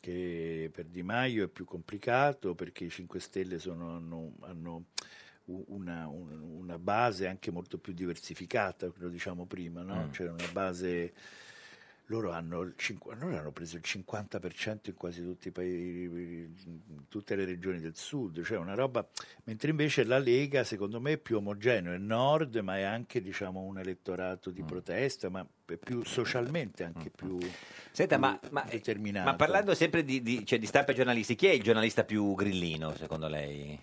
Che per Di Maio è più complicato perché i 5 Stelle sono- hanno, hanno u- una, un- una base anche molto più diversificata, lo diciamo prima, no?
Mm.
Cioè una base... Loro hanno, il cinqu- loro hanno preso il 50% in quasi tutti i paesi, in tutte le regioni del sud, cioè una roba. Mentre invece la Lega, secondo me, è più omogeneo, è nord, ma è anche diciamo, un elettorato
Mm.
di protesta, ma è più socialmente anche più,
mm. Senta,
più
ma- ma-
determinato.
Ma parlando sempre di, di, cioè, di stampa e giornalisti, chi è il giornalista più grillino secondo lei?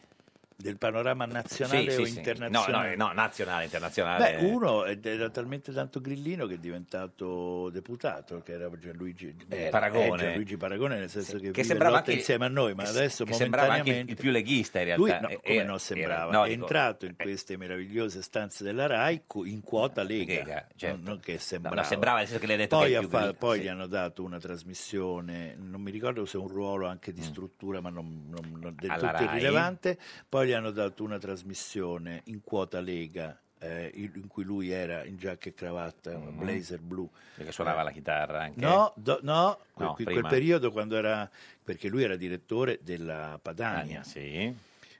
Del panorama nazionale
Sì,
o
sì, sì.
internazionale?
No, no, no, nazionale, internazionale.
Beh, uno è- era talmente tanto grillino che è diventato deputato, che era Gianluigi
Eh,
è
Paragone.
Gianluigi Paragone, nel senso che,
che
vive
sembrava
lotta
anche
insieme a noi, ma
che-
adesso
che sembrava anche il-
momentaneamente...
il più leghista, in realtà. Eh,
Lui, no, come
Era-
non sembrava,
era- Eh, no,
è
dico-
entrato in queste meravigliose stanze della RAI co- in quota Lega, non, non che sembrava.
certo. no, sembrava, nel senso che lei ha detto
poi
che è il più
ha fa-
grillino,
poi
sì.
gli hanno dato una trasmissione, non mi ricordo se un ruolo anche di struttura, ma non, non, non del
Mm. Alla
tutto
Rai.
irrilevante, poi gli hanno dato una trasmissione in quota Lega. eh, in in cui lui era in giacca e cravatta,
Mhm.
blazer blu,
Perché suonava la chitarra anche.
No, do- no,
No,
que- que-
prima.
quel periodo quando era perché lui era direttore della Padania,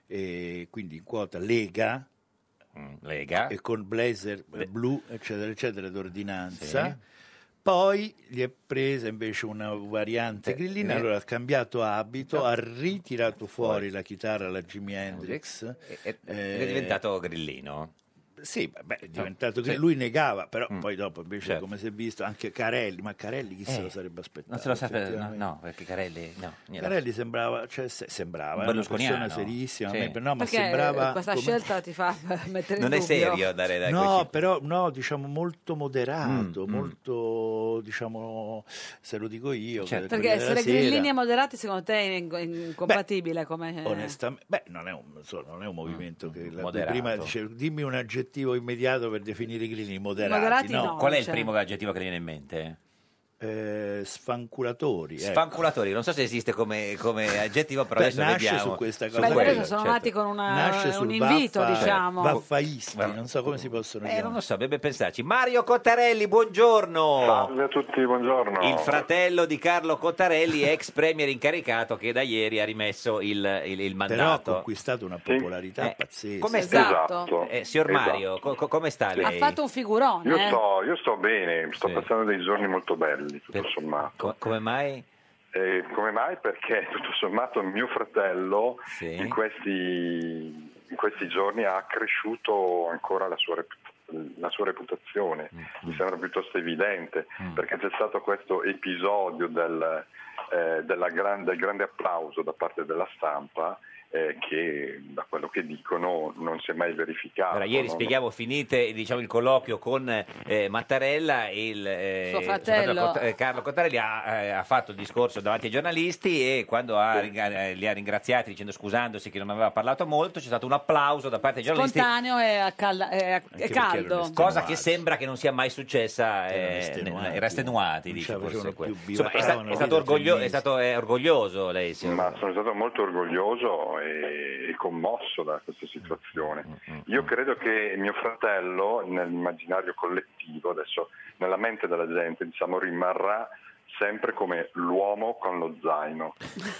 e quindi in quota Lega,
Mm, Lega.
e con blazer eh, blu, eccetera, eccetera, d'ordinanza. Poi gli è presa invece una variante grillina,
eh.
allora ha cambiato abito, ha ritirato fuori la chitarra alla Jimi Hendrix. eh,
Ed Eh, è diventato grillino.
Sì, beh, è diventato
Sì.
che lui negava, però poi dopo invece
Certo.
come si è visto anche Carelli, ma Carelli chi se
Eh,
lo sarebbe aspettato?
Non se lo sapeva, no,
effettivamente.
no, perché Carelli... No, niente.
Carelli sembrava, cioè se- sembrava era una
Berlusconiano.
persona serissima, a
Sì.
me- no, ma
Perché
sembrava
eh, questa
come-
scelta ti fa mettere in
Non è
dubbio.
serio dare Eh, dai,
No,
questi-
però no, diciamo molto moderato,
Mm, mm.
molto diciamo se lo dico io, quelli
Certo.
Perché
della
essere
sera,
grillini e moderati secondo te è in- incompatibile come...
onestamente, beh, non è un, insomma, non è un movimento che la,
Mm, moderato.
prima dice dimmi un aggettivo immediato per definire i grillini moderati,
Moderati
no.
no,
Qual è il
cioè-
primo aggettivo che ti viene in mente?
Eh, sfanculatori, ecco.
Sfanculatori, non so se esiste come, come aggettivo, però
Beh,
adesso
nasce
vediamo.
su questa
Su
cosa
Beh,
quello,
adesso sono
certo.
nati con una-
Nasce
un
sul
invito,
vaffa-
diciamo.
Vaffaisti, non so come si possono
Eh,
chiamare.
non lo so, deve pensarci. Mario Cottarelli, buongiorno.
Salve a tutti, buongiorno.
Il fratello di Carlo Cottarelli, ex premier incaricato, che da ieri ha rimesso il, il, il
Però ha
mandato.
conquistato una popolarità
Eh,
pazzesca.
Come sta?
Esatto.
Eh, signor
Esatto.
Mario, co- co- come sta
Ha
lei?
fatto un figurone.
Io
eh.
sto, io sto bene, sto passando dei giorni molto belli, tutto sommato.
Co- come mai?
Eh, come mai? Perché tutto sommato mio fratello
Sì.
in, questi, in questi giorni ha cresciuto ancora la sua, repu- la sua reputazione,
Mm,
mi sembra piuttosto evidente, perché c'è stato questo episodio del, eh, della gran- del grande applauso da parte della stampa eh, che da quello che dicono non si è mai verificato.
Allora, ieri
Ah, no?
spieghiamo, finite diciamo, il colloquio con eh, Mattarella, il eh,
Suo fratello.
Cott- eh, Carlo Cottarelli ha, eh, ha fatto il discorso davanti ai giornalisti e quando ha ringa- eh, li ha ringraziati dicendo scusandosi che non aveva parlato molto c'è stato un applauso da parte dei giornalisti.
Spontaneo e, a cal- e a- e caldo.
Cosa che sembra che non sia mai successa, eh, ne- era estenuati, dice forse quello. Insomma, è, sta-
bevevano
è stato
birra,
orgoglio- è
tennis.
stato eh, orgoglioso lei, signor
Ma sono stato molto orgoglioso e, e commosso da questa situazione. Io credo che mio fratello, nell'immaginario collettivo, adesso nella mente della gente, diciamo, rimarrà sempre come l'uomo con lo zaino.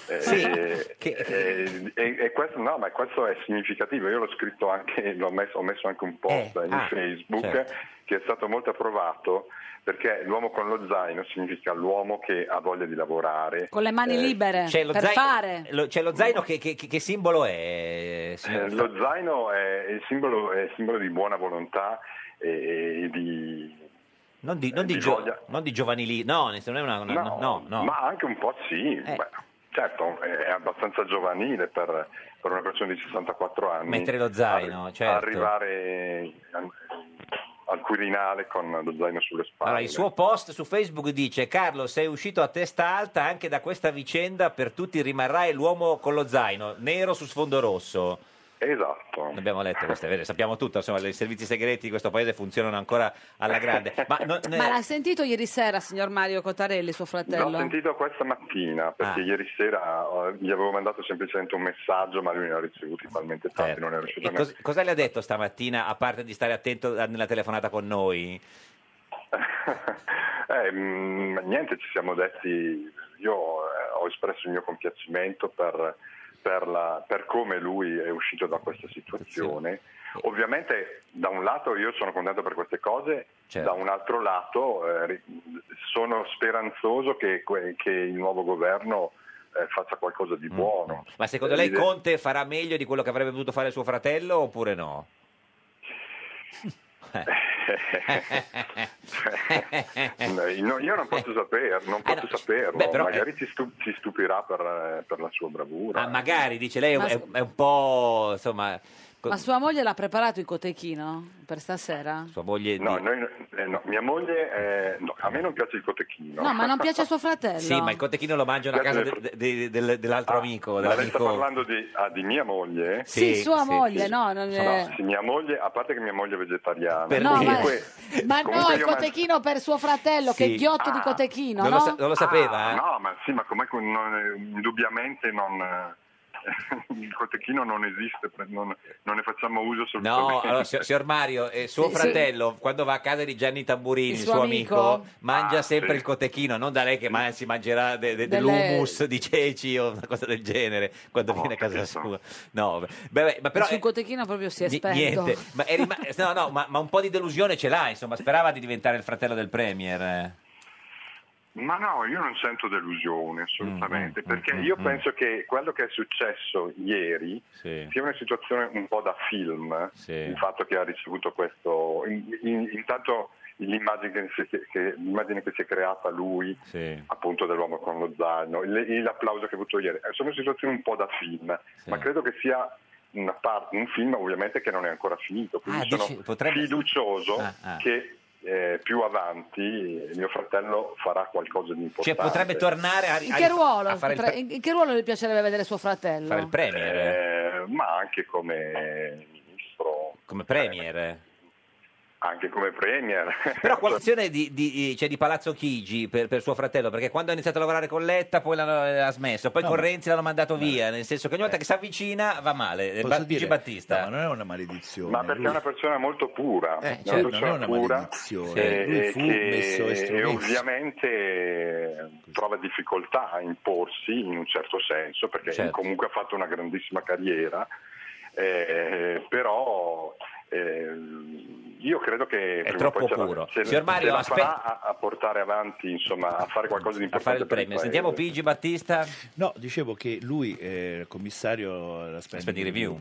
Eh,
Sì.
eh, eh, e, e questo, no, ma questo è significativo. Io l'ho scritto anche, l'ho messo, ho messo anche un post
Eh,
in
ah,
Facebook
certo.
che è stato molto approvato perché l'uomo con lo zaino significa l'uomo che ha voglia di lavorare.
Con le mani
Eh,
libere,
C'è Cioè, lo
per
zaino,
fare.
lo- c'è lo zaino che, che- che- che simbolo è? signor
Eh, lo zaino è il simbolo, è il simbolo di buona volontà e, e di... eh,
Non di, non di
di
gio-
voglia.
non di giovanili, no, nel senso, non è una, una- no, no, Eh.
ma anche un po' sì. beh, certo, è abbastanza giovanile per, per una persona di 64 anni.
Mettere lo zaino,
Arri-
certo.
Arrivare al, al Quirinale con lo zaino sulle spalle.
Allora, il suo post su Facebook dice Carlo sei uscito a testa alta anche da questa vicenda per tutti rimarrai l'uomo con lo zaino nero su sfondo rosso
Esatto.
Abbiamo letto queste, vero, sappiamo tutto, insomma, i servizi segreti di questo paese funzionano ancora alla grande. Ma, non-
Ma l'ha sentito ieri sera, signor Mario Cotarelli, suo
L'ho
fratello?
sentito questa mattina perché
Ah.
ieri sera eh, gli avevo mandato semplicemente un messaggio, ma lui ne ha ricevuti talmente tanti, non è riuscito
Certo. e
a
cos- cosa le ha detto stamattina, a parte di stare attento a- nella telefonata con noi?
Eh, mh, niente, ci siamo detti, io eh, ho espresso il mio compiacimento per, per la- per come lui è uscito da questa situazione. Ovviamente da un lato io sono contento per queste cose,
Certo.
da un altro lato eh, ri- sono speranzoso che, que- che il nuovo governo eh, faccia qualcosa
Mm,
di buono.
Ma secondo
Eh,
lei
l'idea-
Conte farà meglio di quello che avrebbe potuto fare suo fratello oppure no?
Eh, no, io non posso saperlo, non posso saperlo.
beh, però, eh,
magari ci, stu- ci stupirà per, eh, per la sua bravura.
Ah, magari, dice lei, è,
Ma
è-
scu-
è un po', insomma... co-
Ma sua moglie l'ha preparato il cotechino per stasera?
sua moglie...
No,
di-
noi- eh, no, mia moglie, eh, no, a me non piace il cotechino.
No, ma non piace a suo fratello.
Sì, ma il cotechino lo mangiano a casa
Piace- Ah,
de- de- del- dell'altro amico,
Ma lei sta
dell'amico...
parlando di, ah, di mia moglie?
Sì, Sì, sua sì, moglie, sì. no, non è-
sì, mia moglie, a parte che mia moglie è vegetariana.
Per-
No,
comunque,
Ma no,
comunque
il
io man-
cotechino per suo fratello, che
Sì.
ghiotto di
Ah,
cotechino, no?
eh?
Ah, No, ma sì, ma com'è che non- indubbiamente non, eh, il cotechino non esiste, pre- non, non ne facciamo uso assolutamente.
No, allora, si- signor Mario, eh, suo
Sì, sì.
fratello, quando va a casa di Gianni Tamburini, il suo, amico,
Ah,
mangia sempre il cotechino, non da lei che ma- si mangerà de- de-
Delle-
dell'humus di ceci o una cosa del genere quando viene a casa sua. No, beh, beh, ma però...
Sul
eh,
cotechino proprio si è
ni-
spento.
niente, ma, è rima- no, no, ma, ma un po' di delusione ce l'ha, insomma, sperava di diventare il fratello del Premier. eh.
Ma no, io non sento delusione
Mm,
assolutamente, perché io penso che quello che è successo ieri sia una situazione un po' da film, il fatto che ha ricevuto questo... in- in- intanto l'immagine che, si, che- che- l'immagine che si è creata lui, appunto dell'uomo con lo zaino, il- l'applauso che ha avuto ieri, eh, sono situazioni un po' da film, ma credo che sia... una parte- un film ovviamente che non è ancora finito, quindi
Ah,
sono
dici- potrebbe-
fiducioso
Ah, ah.
che eh, più avanti mio fratello farà qualcosa di importante.
Cioè, potrebbe tornare a-
In che ruolo,
a fare il
potre-
pre-
in- in che ruolo le piacerebbe vedere suo fratello?
premier? Eh, ma anche come ministro.
Come premier?
Anche come premier.
Però quell'azione di, di, cioè, di Palazzo Chigi per, per suo fratello, perché quando ha iniziato a lavorare con Letta poi l'hanno- l'ha smesso, poi
No,
con
ma-
Renzi l'hanno mandato via, nel senso che ogni volta che si avvicina va male. eh,
Posso
Ba-
dire?
Gigi Battista.
No, ma non è una maledizione.
Ma perché è una persona molto pura,
Eh,
una
certo,
persona
non è una
pura,
maledizione.
eh,
Lui
eh,
fu
che-
messo
e
estromesso.
ovviamente eh, trova difficoltà a imporsi in un certo senso, perché
Certo.
comunque ha fatto una grandissima carriera, eh, però eh, io credo che prima o
troppo
poi ce la-
puro.
ce la-
Signor Mario,
ce la
aspetta-
farà a, a portare avanti, insomma, a fare qualcosa di
a fare
importante
il
per
premio.
paese.
Sentiamo Pigi Battista.
No, dicevo che lui era commissario alla Spending,
Spending Review.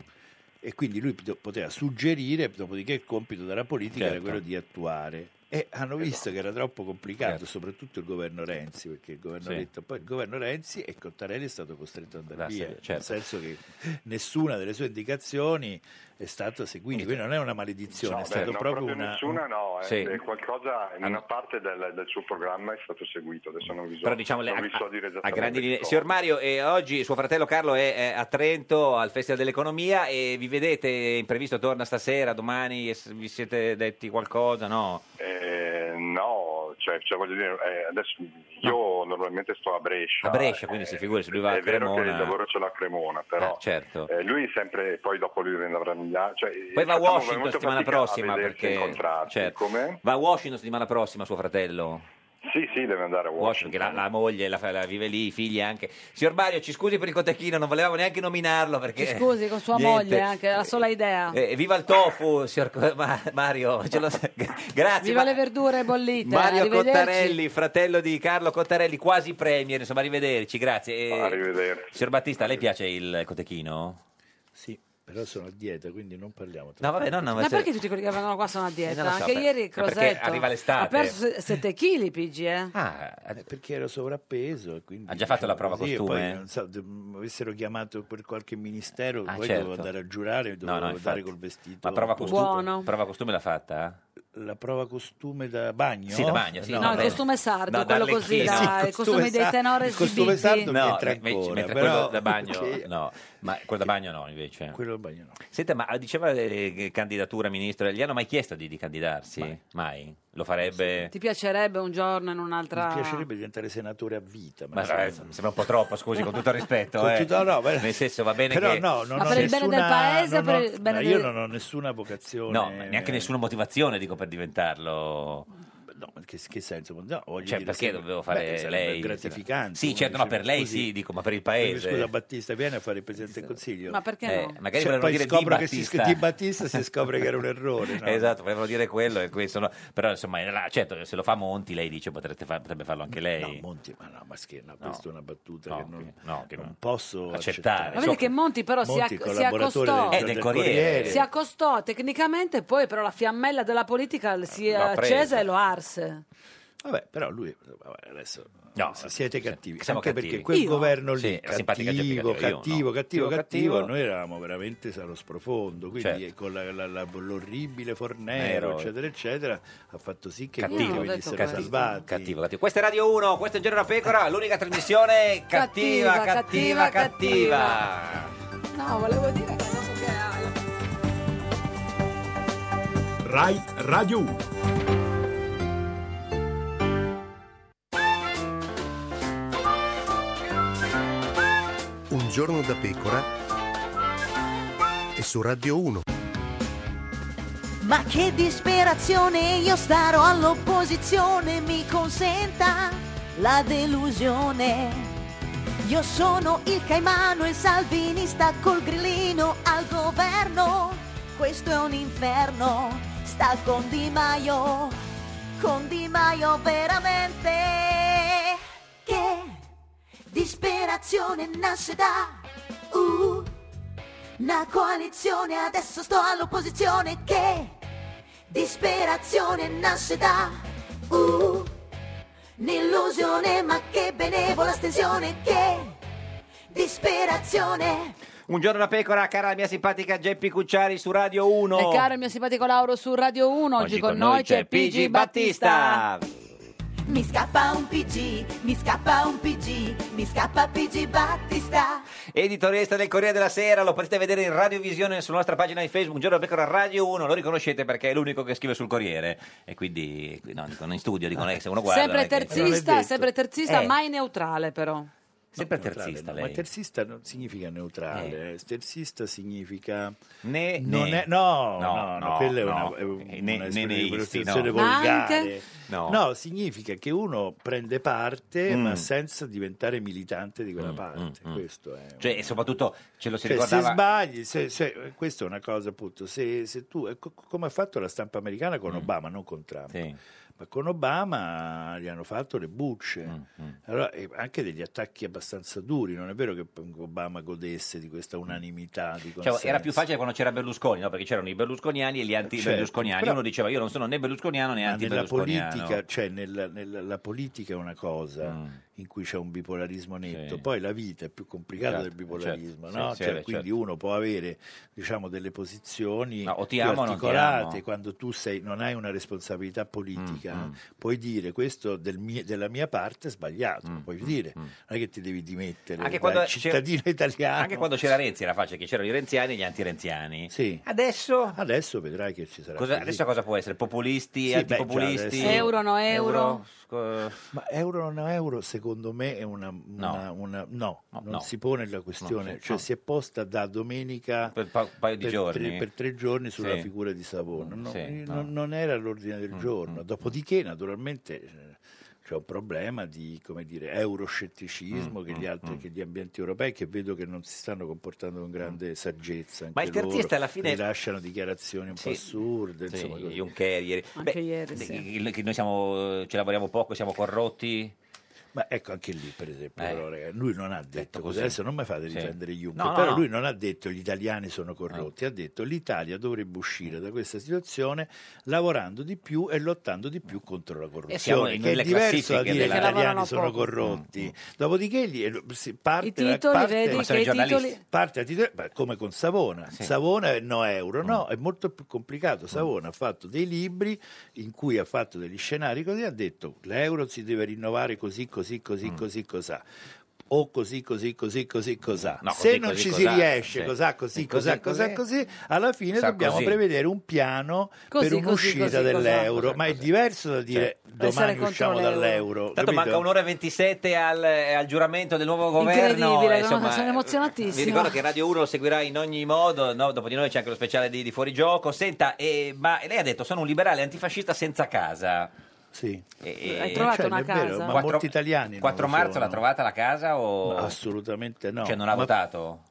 e quindi lui pot- poteva suggerire, dopodiché il compito della politica era
Certo. Eh,
quello di attuare. E hanno visto che era troppo complicato, soprattutto il governo Renzi, perché il governo
Certo. Sì.
Letta- poi il governo Renzi e Cottarelli è stato costretto ad andare
Da
via,
sé,
nel
certo.
senso che nessuna delle sue indicazioni è stata seguita, quindi non è una maledizione,
No,
è
beh,
stato
no,
proprio, una...
nessuna, no, eh,
Sì.
eh, qualcosa in una parte del, del suo programma è stato seguito, adesso non vi so,
Però diciamo le-
non
a,
vi so
a-
dire
a
esattamente
grandi
che
linee.
cosa.
Signor Mario, eh, oggi suo fratello Carlo è, è a Trento al Festival dell'Economia e vi vedete, imprevisto torna stasera, domani, e s- vi siete detti qualcosa? No.
Eh, no, cioè, cioè, voglio dire, eh, adesso io normalmente sto a Brescia.
A Brescia, quindi si figura se lui va a
eh, è vero che
Cremona.
il lavoro ce l'ha a Cremona, però
Eh, certo.
eh, lui sempre, poi dopo lui andrà a Milano. Cioè,
Poi va a
facciamo
Washington
molta
settimana
fatica a
prossima
vederci,
perché
incontrarci.
certo.
Come?
va a Washington settimana prossima suo fratello.
Sì, sì, deve andare a
Washington, che la, la moglie la, fa- la vive lì, i figli anche. Signor Mario, ci scusi per il cotechino, non volevamo neanche nominarlo perché
Ci scusi con sua
Niente.
moglie, anche la sola idea.
Eh, viva il tofu, signor Co- Ma- Mario. ce lo- Grazie. Ma-
Viva le verdure bollite.
Ah, Mario
arrivederci.
Cottarelli, fratello di Carlo Cottarelli, quasi premier, insomma, arrivederci, grazie. E- Signor Battista, a lei piace il cotechino?
Sì, però sono a dieta, quindi non parliamo.
No, vabbè, no, no,
Ma perché tutti quelli che vengono qua sono a
Eh,
dieta?
non lo so,
Anche
per-
ieri
ma perché
Crosetto
arriva l'estate.
ha perso 7 kg PG, eh?
Eh, perché ero sovrappeso e quindi
Ha già fatto la
diciamo
prova
così, e
costume?
poi, non so, de- m- avessero chiamato per qualche ministero
Ah,
poi
certo.
dovevo andare a giurare dovevo
No, no,
andare
infatti.
col vestito
Ma prova costume,
Buono.
prova costume l'ha fatta? eh?
la prova costume da bagno
Sì, da bagno, sì,
No, il costume sardo, quello così,
d'Arlecchino.
da- il costume dei
sa-
tenores
il costume
di
sardo
Bizzi.
mi entra
invece-
ancora,
mentre
però-
quello da bagno
perché-
no, ma quello da bagno no invece.
quello da bagno no
Senta, ma diceva eh, che candidatura ministro, gli hanno mai chiesto di, di candidarsi? Mai. Lo farebbe?
Ti piacerebbe un giorno in un'altra...
mi piacerebbe diventare senatore a vita
Ma eh, sembra un po' troppo, scusi, con tutto il rispetto.
Con
eh.
tutto- no, ma-
Nel senso va bene
però
che...
no non
Ma
ho
per il bene del
nessuna-
paese o
non
per
ho-
il bene
ma
del-
io non ho nessuna vocazione
No, ma neanche nessuna motivazione dico per diventarlo.
eh, No, ma che, che senso? No, voglio
Cioè,
dire,
perché
sembra-
dovevo fare
beh, sarebbe
lei?
gratificante.
Sì,
uno
certo, no,
dice,
per lei
così.
sì, dico, ma per il paese.
Scusa, Battista, vieni a fare il Presidente del Consiglio.
Ma perché no?
Eh, magari
Se
volevano
poi
dire di
scopro che si
Battista.
scrive di Battista si scopre che era un errore. no?
Esatto, volevano dire quello e questo no. Però insomma, là, certo, se lo fa Monti, lei dice potrete fa- potrebbe farlo anche lei. No,
Monti, ma no, ma scherzo,
no,
questa è una battuta
no,
che non,
che
non posso
accettare.
accettare.
Ma vedi che Monti però
Eh, Monti
si,
è
acc- si
collaboratore
accostò,
del- Eh, del del Corriere. Corriere.
si accostò tecnicamente, poi però la fiammella della politica si è
l'ha presa.
accesa e lo arse.
Vabbè, però lui vabbè, adesso se siete cattivi,
siamo
anche
cattivi.
perché quel
Io?
governo lì
Sì, era simpatica gente
cattivo, cattivo,
cattiva, io no.
cattivo, cattivo,
Cattivo, cattivo.
noi eravamo veramente allo sprofondo, quindi
Certo.
eh, con la- la- la- l'orribile Fornero,
Nero.
eccetera, eccetera, ha fatto sì che
Cattivo. Io non ho
quelli
detto
venissero
questo.
salvati.
Cattivo, cattivo. Questa è Radio 1, questo è Un Giorno da Pecora, l'unica trasmissione cattiva,
Cattiva,
cattiva, cattiva.
cattiva. No, volevo dire che dopo che
Rai Radio 1.
Un giorno da pecora e su Radio 1.
Ma che disperazione, io starò all'opposizione, mi consenta la delusione. Io sono il caimano e Salvini sta col grillino al governo. Questo è un inferno, sta con Di Maio, con Di Maio veramente. disperazione nasce da uh, una coalizione, adesso sto all'opposizione che disperazione nasce da uh, un'illusione, ma che benevola stensione che disperazione.
Un giorno da pecora, cara la mia simpatica Geppi Cucciari su Radio 1.
E caro il mio simpatico Lauro su Radio 1, oggi, con, noi c'è PG Battista.
Mi scappa un PG, mi scappa un PG, mi scappa PG Battista.
Editorialista del Corriere della Sera, lo potete vedere in radiovisione sulla nostra pagina di Facebook, un giorno da pecora Radio 1, lo riconoscete perché è l'unico che scrive sul Corriere e quindi no, dicono in studio, dicono eh, se uno guarda.
sempre
non è che-
terzista, sempre terzista,
Eh.
mai neutrale però.
Sempre
terzista,
Ma
lei.
terzista non significa neutrale, eh. terzista significa...
Ne,
Eh, non È,
ne.
no,
No,
no, no,
no,
quella è
no.
una, è un-
Eh, ne-
una espressione-
neneisti,
un'espressione
no.
volgare.
Anche? No.
No, significa che uno prende parte
Mm.
ma senza diventare militante di quella parte. Questo è...
Cioè, e soprattutto ce lo si
Cioè, se
ricordava...
sbagli, se- se- questa è una cosa appunto, se, se tu, ecco, co- come ha fatto la stampa americana
Mm.
con Obama, non con Trump, ma con Obama gli hanno fatto le bucce,
Mm,
Allora, e anche degli attacchi abbastanza duri, non è vero che Obama godesse di questa unanimità di
Cioè, era
consenso.
più facile quando c'era Berlusconi, no? perché c'erano i berlusconiani e gli anti-berlusconiani.
Certo, però-
Uno diceva io non sono né berlusconiano né
Ma nella
anti-berlusconiano.
politica, cioè nella, nella- la politica è una cosa
Mm.
in cui c'è un bipolarismo netto, poi la vita è più complicata
Certo,
del bipolarismo,
certo,
no?
sì, sì,
Cioè,
beh,
quindi
certo.
uno può avere diciamo, delle posizioni
o ti
più
amo o non ti
articolate
amo. Mm,
quando tu sei- non hai una responsabilità politica, puoi dire questo del mie- della mia parte è sbagliato, lo puoi dire, non è che ti devi dimettere
Mm, Anche
dal
quando c'era-
cittadino italiano.
Anche quando c'era Renzi era facile, che c'erano i renziani e gli anti-renziani.
Sì.
Adesso?
Adesso vedrai che ci sarà.
Cosa-
così.
adesso cosa può essere? eh, Populisti,
Sì, beh, già
antipopulisti?
adesso-
Euro, no euro.
Euro?
Ma euro o no euro, secondo me, è una. una- una- no, non
no.
si pone la questione.
No, sì,
cioè,
no.
si è posta da domenica
Per pa- paio di
per
giorni.
tre, per tre giorni sulla
Sì.
figura di Savona. No,
Sì,
eh,
no. Mm,
Non, non era all'ordine del giorno. Dopodiché, naturalmente. eh, C'è un problema di come dire,
Mm,
euroscetticismo che, gli altri, che gli ambienti europei che vedo che non si stanno comportando con grande saggezza. Anche
Mm. Ma il terzista
loro,
alla fine-
rilasciano dichiarazioni un
Sì.
po' assurde.
Sì,
insomma, cose-
Juncker ieri.
Anche
Beh,
ieri,
de-
sì.
il- che noi siamo, ce lavoriamo poco, siamo corrotti.
Ma ecco anche lì, per esempio,
Eh.
però, raga, lui non ha detto, così.
così.
Ecco, Adesso non mi fate
Sì.
difendere Juncker,
No, no,
però
no.
lui non ha detto gli italiani sono corrotti, ha detto l'Italia dovrebbe uscire da questa situazione lavorando di più e lottando di più contro la
E siamo
corruzione,
in-
che è
nelle
diverso da
classifiche
dire
della-
gli
Mm, Che lavorano
italiani sono
poco.
corrotti. Dopodiché gli, eh, si parte,
I titoli,
parte,
vedi Ma sono che i i giornalisti. titoli-
parte a titoli- beh, come con Savona. Savona è no euro, no,
Mm.
è molto più complicato. Savona ha fatto dei libri in cui ha fatto degli scenari così, ha detto l'euro si deve rinnovare così, così,
Mm.
così, così, cos'ha. O così, così, così, così, cos'ha.
No,
Se
così,
non
così,
ci
cos'ha,
si riesce,
sì.
cos'ha, così,
E
cos'ha, cos'ha,
così,
così, alla fine
Sa
dobbiamo
così.
prevedere un piano
Così,
per
così,
un'uscita
così, cos'ha,
dell'euro.
cos'ha,
ma è diverso da dire
Certo.
domani usciamo dall'euro.
Tanto
capito?
manca un'ora e 27 al, al giuramento del nuovo governo.
Incredibile, no?
insomma,
eh,
sono
vi
emozionatissimo.
ricordo che Radio 1 lo seguirà in ogni modo, no? dopo di noi c'è anche lo speciale di, di Fuorigioco. Senta, eh, ma lei ha detto sono un liberale antifascista senza casa.
Sì.
Hai trovato
Cioè,
una
è vero,
casa?
ma molti italiani non
4
lo
marzo
sono.
l'ha trovata la casa o...
Assolutamente no.
Cioè non ha
Ma-
votato?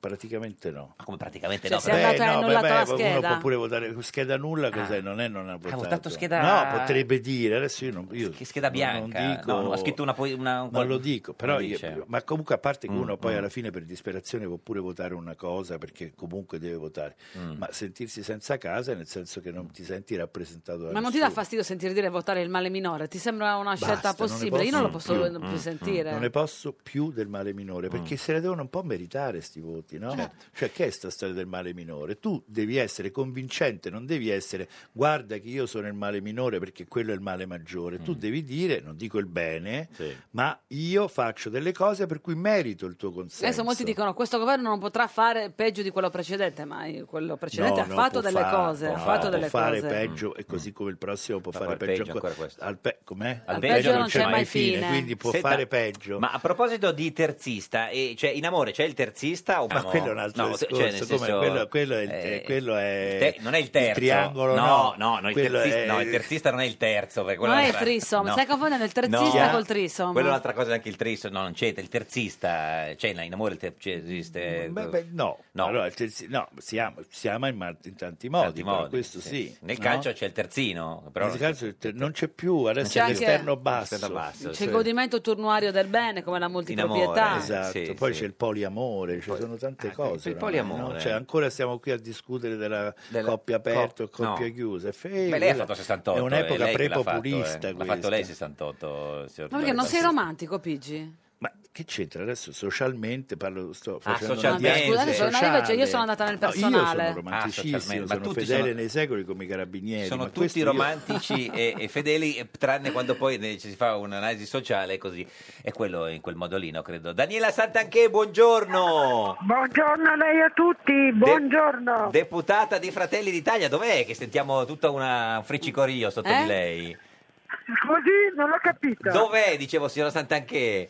Praticamente no.
Ma come praticamente
Cioè,
no? Ah.
se è andata e annullato la
uno
scheda?
può pure votare scheda nulla, cos'è? Non è non ha votato.
votato scheda-
No, potrebbe dire, adesso io non io
scheda
non- non
bianca.
dico-
No, no, ha scritto una... poi- una
non lo dico, però
Non
io-
dice.
ma comunque a parte che
Mm,
uno poi
mm.
alla fine per disperazione può pure votare una cosa perché comunque deve votare,
Mm.
ma sentirsi senza casa nel senso che non ti senti rappresentato da
Ma non ti
nessuno.
dà fastidio sentire dire votare il male minore? Ti sembra una
Basta,
scelta
non ne
possibile? Io non lo posso
più. Mm,
più, sentire. Mm.
Non ne posso più del male minore, perché se ne devono un po' meritare sti voti, no?
Certo.
Cioè, che è sta storia del male minore? Tu devi essere convincente, non devi essere guarda che io sono il male minore perché quello è il male maggiore.
Mm.
Tu devi dire, non dico il bene, ma io faccio delle cose per cui merito il tuo consenso.
Adesso molti dicono questo governo non potrà fare peggio di quello precedente, ma io- quello precedente
No,
"Cioè, ha
no, può
fatto delle
fa-
cose,
può
ha
fa-
fatto
può
delle
fare
cose. Mm.
peggio e così come il prossimo può fare
poi
peggio,
peggio
ancora.
ancora questo.
Al pe- com'è?
Al peggio non c'è mai fine.
quindi può
Senta,
fare peggio.
Ma a proposito di terzista, eh, cioè in amore c'è il terzista oppure diciamo...
quello è un altro
se-
discorso, come quello- quello è il te-
eh,
quello è
te- non è il terzo.
il triangolo,
no.
no.
No, no, il
Quello
terzista,
è-
no, il terzista non è il terzo. perché quello
Non è il
un'altra-
trisom,
no.
stai confondendo il terzista
No.
col trisom.
Quello è un'altra cosa, anche il trisom, no, non c'entra, il terzista, eh, c'è in amore il terzista...
Beh, beh, no, Allora, il terzi- no, si ama, si ama in, ma- in tanti modi, però questo sì.
Nel
no?
calcio c'è il terzino, però...
Nel calcio il ter- non c'è più, adesso
c'è
è
anche-
l'esterno basso.
L'esterno basso,
C'è il godimento turnuario del bene, come la multiproprietà.
Esatto, poi c'è il poliamore, ci sono tante cose.
il
oramai,
poliamore.
no? Cioè, ancora stiamo qui a discutere della, coppia aperta e coppia
no.
chiusa. E fe-
Beh, lei ha
quella-
fatto 68.
È un'epoca
è lei che l'ha fatto,
prepopulista
eh. L'ha
questa.
fatto lei 68, signor
Ma perché non sei
Barbarossa.
romantico, Pigi?
Ma che c'entra adesso socialmente? Parlo, sto
Ah,
facendo una
socialmente.
diagnosi
Scusate, sono arrivata-
sociale.
io sono andata nel
No,
personale.
io sono romanticissimo,
Ah, socialmente, ma
sono
tutti
fedele
sono-
nei secoli come i carabinieri.
eh, Sono
ma questo
tutti
io-
romantici e, e fedeli, e- tranne quando poi ne- ci si fa un'analisi sociale così. È quello in quel modo lì, no, credo. Daniela Santanché, buongiorno!
Buongiorno a lei a tutti, buongiorno.
Deputata di Fratelli d'Italia, dov'è che sentiamo tutta una un friccicorio sotto
Eh?
di lei?
Così non l'ho capito.
Dov'è, dicevo, signora Santanché?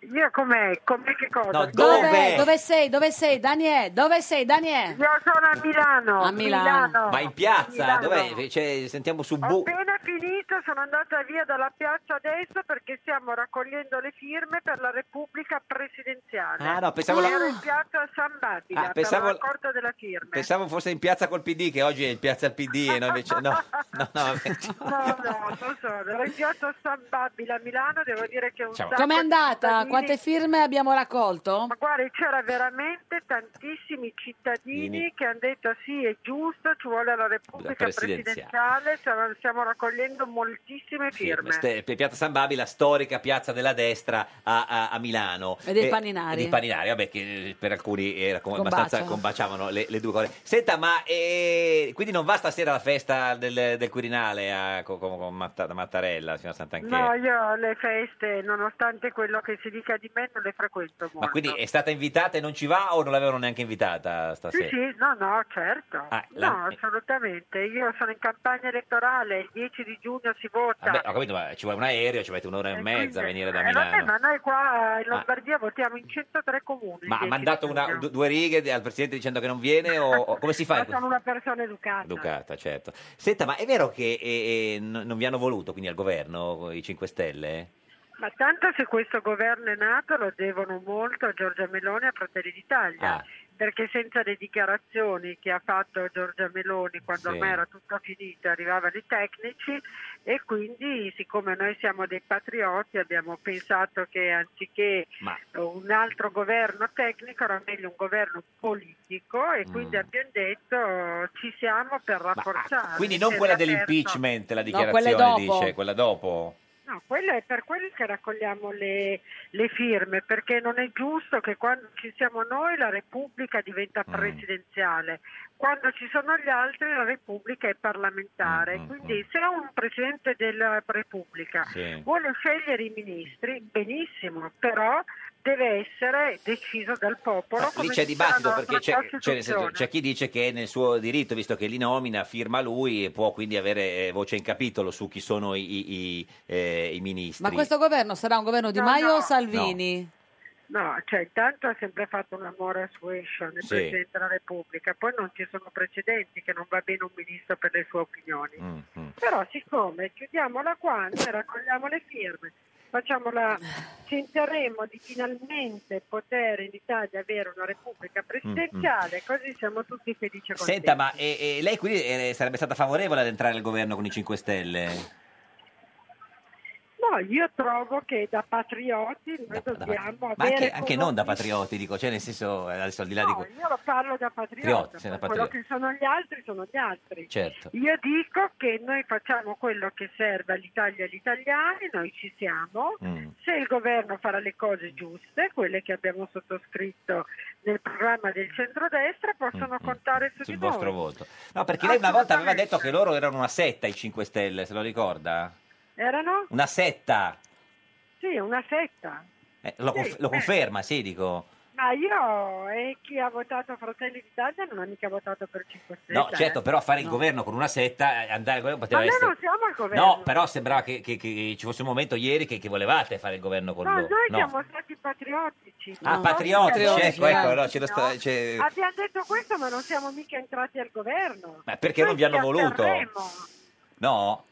Io com'è? Com'è che cosa?
No, dov'è?
Dov'è? Dove sei? Dove sei? Daniele? Dove sei? Daniele?
Io sono a Milano.
A Milano.
Ma in piazza?
Milano.
Dov'è? Cioè, sentiamo su
Ho
bu...
appena finito, sono andata via dalla piazza adesso perché stiamo raccogliendo le firme per la Repubblica Presidenziale.
Ah, no, pensavo la-
Ero in piazza a San Battista
Ah, pensavo-
per la raccolta della firma.
Pensavo fosse in piazza col PD, che oggi è in piazza al PD e no, invece no. No, no, invece-
No, no, non so, ero in piazza San Babila a Milano, devo dire che è un
Ciao.
sacco
Com'è
di
andata?
cittadini-
Quante firme abbiamo raccolto?
Ma guarda, c'era veramente tantissimi cittadini
Vieni.
che hanno detto sì, è giusto, ci vuole la Repubblica
presidenziale.
Presidenziale, stiamo- stiamo raccogliendo moltissime firme.
Ste- Piazza San Babi, la storica piazza della destra a, a- a Milano.
E dei
Eh,
paninari.
e dei paninari, vabbè, che eh, per alcuni era com-
Combacia.
abbastanza combaciavano le, le due cose. Senta, ma eh, quindi non va stasera la festa del, del Quirinale a, co- con, con Matta- Mattarella, signora Santanchè?
No, io le feste, nonostante quello che si dica di me, non le frequento molto.
ma quindi è stata invitata e non ci va o non l'avevano neanche invitata
Sì,
stasera?
sì, no, no, certo.
Ah, la-
No, assolutamente. Io sono in campagna elettorale, il 10 di giugno si vota.
Vabbè, Ah, ho capito, ma ci vuole un aereo, ci mette un'ora e mezza a venire da
Eh, vabbè,
Milano. Ah.
ma noi qua in Lombardia votiamo in 103 comuni.
Ma ha
il 10
mandato
di
una-
giugno.
du- due righe al presidente dicendo che non viene? O, o come si fa?
Ma
in questo-
sono una persona educata.
Ducata, certo. Senta, ma è vero che eh, eh, n- non vi hanno voluto quindi al governo i 5 Stelle?
Ma tanto se questo governo è nato lo devono molto a Giorgia Meloni e a Fratelli d'Italia.
Ah.
Perché senza le dichiarazioni che ha fatto Giorgia Meloni
Sì.
quando ormai era tutto finito, arrivavano i tecnici e quindi siccome noi siamo dei patrioti abbiamo pensato che anziché
Ma-
un altro governo tecnico era meglio un governo politico e
Mm.
quindi abbiamo detto ci siamo per rafforzare.
ah, Quindi non
Se
quella
la terza-
dell'impeachment, la
certo. No,
dichiarazione
quella dopo.
dice, quella dopo.
No, quello è per quello che raccogliamo le, le firme, perché non è giusto che quando ci siamo noi la Repubblica diventa
Mm.
presidenziale, quando ci sono gli altri la Repubblica è parlamentare.
Mm,
Quindi se un Presidente della Repubblica
Sì.
vuole scegliere i ministri, benissimo, però deve essere deciso dal popolo.
Lì
come
c'è
dice
dibattito
la
perché c'è,
nostra
c'è nel senso,
Costituzione.
c'è chi dice che è nel suo diritto, visto che li nomina, firma lui e può quindi avere eh, voce in capitolo su chi sono i, i- i, eh, i ministri.
Ma questo governo sarà un governo di
No,
Maio
no.
o Salvini?
No, cioè intanto ha sempre fatto una mora su Escion, il
Sì.
Presidente della Repubblica, poi non ci sono precedenti che non va bene un ministro per le sue opinioni. Però siccome chiudiamo la quanta e raccogliamo le firme, facciamo la... tenteremo di finalmente poter in Italia avere una Repubblica presidenziale, così siamo tutti felici e contenti.
Senta, ma eh, eh, lei quindi eh, sarebbe stata favorevole ad entrare al governo con i 5 Stelle?
No, io trovo che da patrioti noi dobbiamo
Ma
avere...
anche, anche
come-
non da patrioti, dico, cioè nel senso, eh, adesso al di là di...
No,
que-
io lo parlo da patriota,
Patrioti, sei da
poi quello
patriota.
che sono gli altri sono gli altri.
Certo.
Io dico che noi facciamo quello che serve all'Italia e agli italiani, noi ci siamo.
Mm.
Se il governo farà le cose giuste, quelle che abbiamo sottoscritto nel programma del centrodestra, possono contare su
Mm, sul
di noi.
vostro voto. No, perché lei una volta aveva detto che loro erano una setta i 5 Stelle, se lo ricorda?
Erano?
Una setta.
Sì, una setta.
Eh, lo,
Sì,
conf- lo
eh.
conferma, sì, dico.
Ma io e chi ha votato Fratelli d'Italia non ha mica votato per 5 Stelle.
No, certo, però fare il governo con una setta, eh, andare al governo
Ma
poteva
noi
essere...
non siamo al governo.
No, però sembrava che, che- che ci fosse un momento ieri che, che volevate fare il governo con
No,
loro.
noi
No.
siamo stati patriottici.
Ah,
No.
patriottici,
Siamo
ecco,
stati-
ecco, no, c'è lo sta-
no.
c'è-
Abbiamo detto questo, ma non siamo mica entrati al governo.
Ma perché non vi hanno
Noi siamo a
voluto?
Sanremo.
No?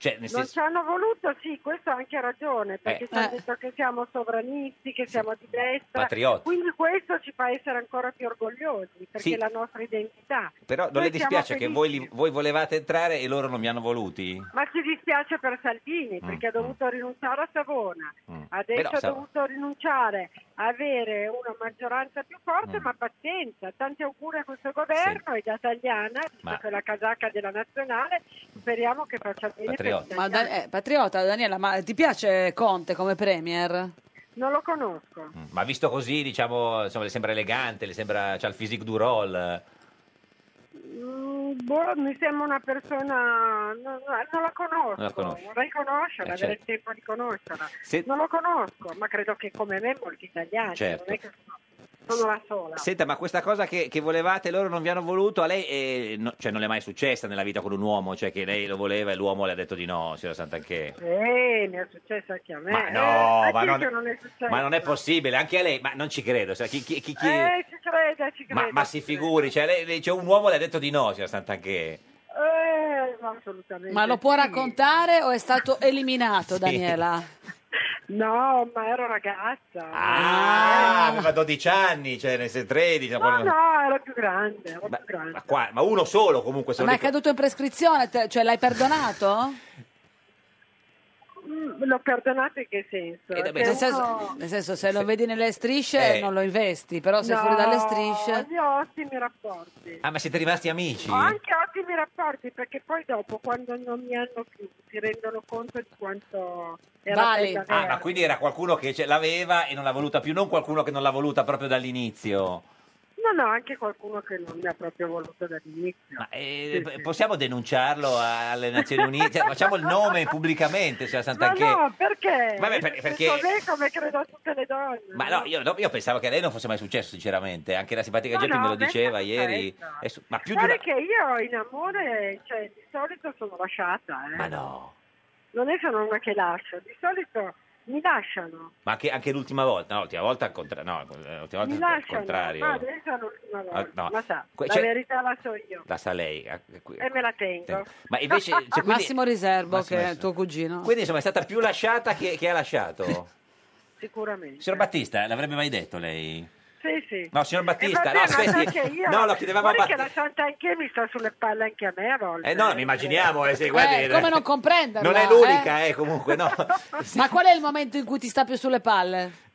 Cioè, nel
Non
senso...
ci hanno voluto, sì, questo ha anche ragione, perché
Eh.
ci hanno detto che siamo sovranisti, che siamo di destra.
Patriotti.
Quindi questo ci fa essere ancora più orgogliosi, perché
Sì.
è la nostra identità.
Però non
Noi
le
siamo
dispiace che
felici.
voi, li- voi volevate entrare e loro non vi hanno voluti?
Ma ci dispiace per Salvini,
Mm,
perché ha dovuto rinunciare a Savona,
Mm.
adesso
Però,
ha
Sav-
dovuto rinunciare a avere una maggioranza più
Mm.
forte, ma pazienza. Tanti auguri a questo governo e da italiana,
Ma-
con la casacca della nazionale, speriamo che faccia bene. per gli
Patriota.
Ma
italiani.
Da- eh, patriota, Daniela, ma ti piace Conte come premier?
Non lo conosco.
Ma visto così, diciamo, insomma, le sembra elegante, le sembra... c'ha il physique du roll.
Mm, boh, mi sembra una persona, non, non la conosco,
Non la conosci.
vorrei conoscerla,
Eh,
avere
certo.
il tempo di conoscerla.
Se-
Non lo conosco, ma credo che come me molti italiani,
Certo.
non è che sono, sono la sola.
Senta, ma questa cosa che, che volevate loro non vi hanno voluto, a lei eh, no- cioè, non le è mai successa nella vita con un uomo, cioè che lei lo voleva e l'uomo le ha detto di no, signora Santanchè.
Eh, mi è successo anche a me.
Ma
Eh,
no,
a
ma
chi
non-
che non è successo.
Ma non è possibile, anche a lei, ma non ci credo. cioè, chi- chi- chi- chi-
Eh, ci creda, ci creda.
ma, ma si figuri, cioè, lei- lei- cioè, un uomo le ha detto di no, signora Santanchè.
Eh, ma assolutamente.
Ma lo può raccontare o è stato eliminato, Daniela?
No, ma ero ragazza.
Ah, aveva 12 anni, cioè ne sei 13.
No,
ma-
no, ero più grande, ero più grande.
Ma, qua- ma uno solo comunque, se lo
Ma è
dico-
caduto in prescrizione, te- cioè l'hai perdonato?
Mm, L'ho perdonato in che senso?
Eh, vabbè,
Che
nel, senso,
uno-
nel senso, se lo vedi nelle strisce
Eh.
non lo investi, però se è fuori
No,
dalle strisce...
Io ho ottimi rapporti.
Ah, ma siete rimasti amici?
Ho anche ottimi rapporti perché poi dopo quando non mi hanno più si rendono conto di quanto era bella
Ah,
vera.
ma quindi era qualcuno che ce l'aveva e non l'ha voluta più, non qualcuno che non l'ha voluta proprio dall'inizio.
No, no, anche qualcuno che non mi ha proprio voluto dall'inizio.
Ma eh, p- possiamo denunciarlo alle Nazioni Unite? Cioè, facciamo il nome pubblicamente, signora
Ma
Santanchè.
no, perché?
Vabbè, per-
Nel
perché-
senso, lei come credo a tutte le donne.
Ma no, io, no, io pensavo che a lei non fosse mai successo, sinceramente. Anche la simpatica
No,
Geppi
no,
me lo
a me è
diceva ieri.
successo.
È su- Ma più di
Guarda
una...
che io in amore, cioè, di solito sono lasciata, eh.
Ma no,
Non è sono una che lascio, di solito mi lasciano.
ma anche, anche l'ultima volta, no, l'ultima volta al contra- no, l'ultima volta
mi
al
lasciano,
contrario.
ma adesso è l'ultima volta,
Ah, no.
ma sa,
Que-
la
c'è-
verità la so io
La sa lei. eh, qui-
e me la tengo.
Ma invece... cioè, quindi-
Massimo Riservo,
Massimo
che è
Riservo.
tuo cugino.
Quindi insomma è stata più lasciata che, che ha lasciato.
Sicuramente.
Signor Battista, l'avrebbe mai detto lei?
Sì, sì.
No, signor Battista, no,
Eh, vabbè, ma
aspetti.
sa che io-
No, lo chiedevamo a
guarda che
Bat-
la Santa anche mi sta sulle palle anche a me a volte.
Eh no, mi immaginiamo, eh, se guardi,
Eh, come non comprenderla?
non è
eh?
l'unica, eh, comunque, no.
Ma qual è il momento in cui ti sta più sulle palle?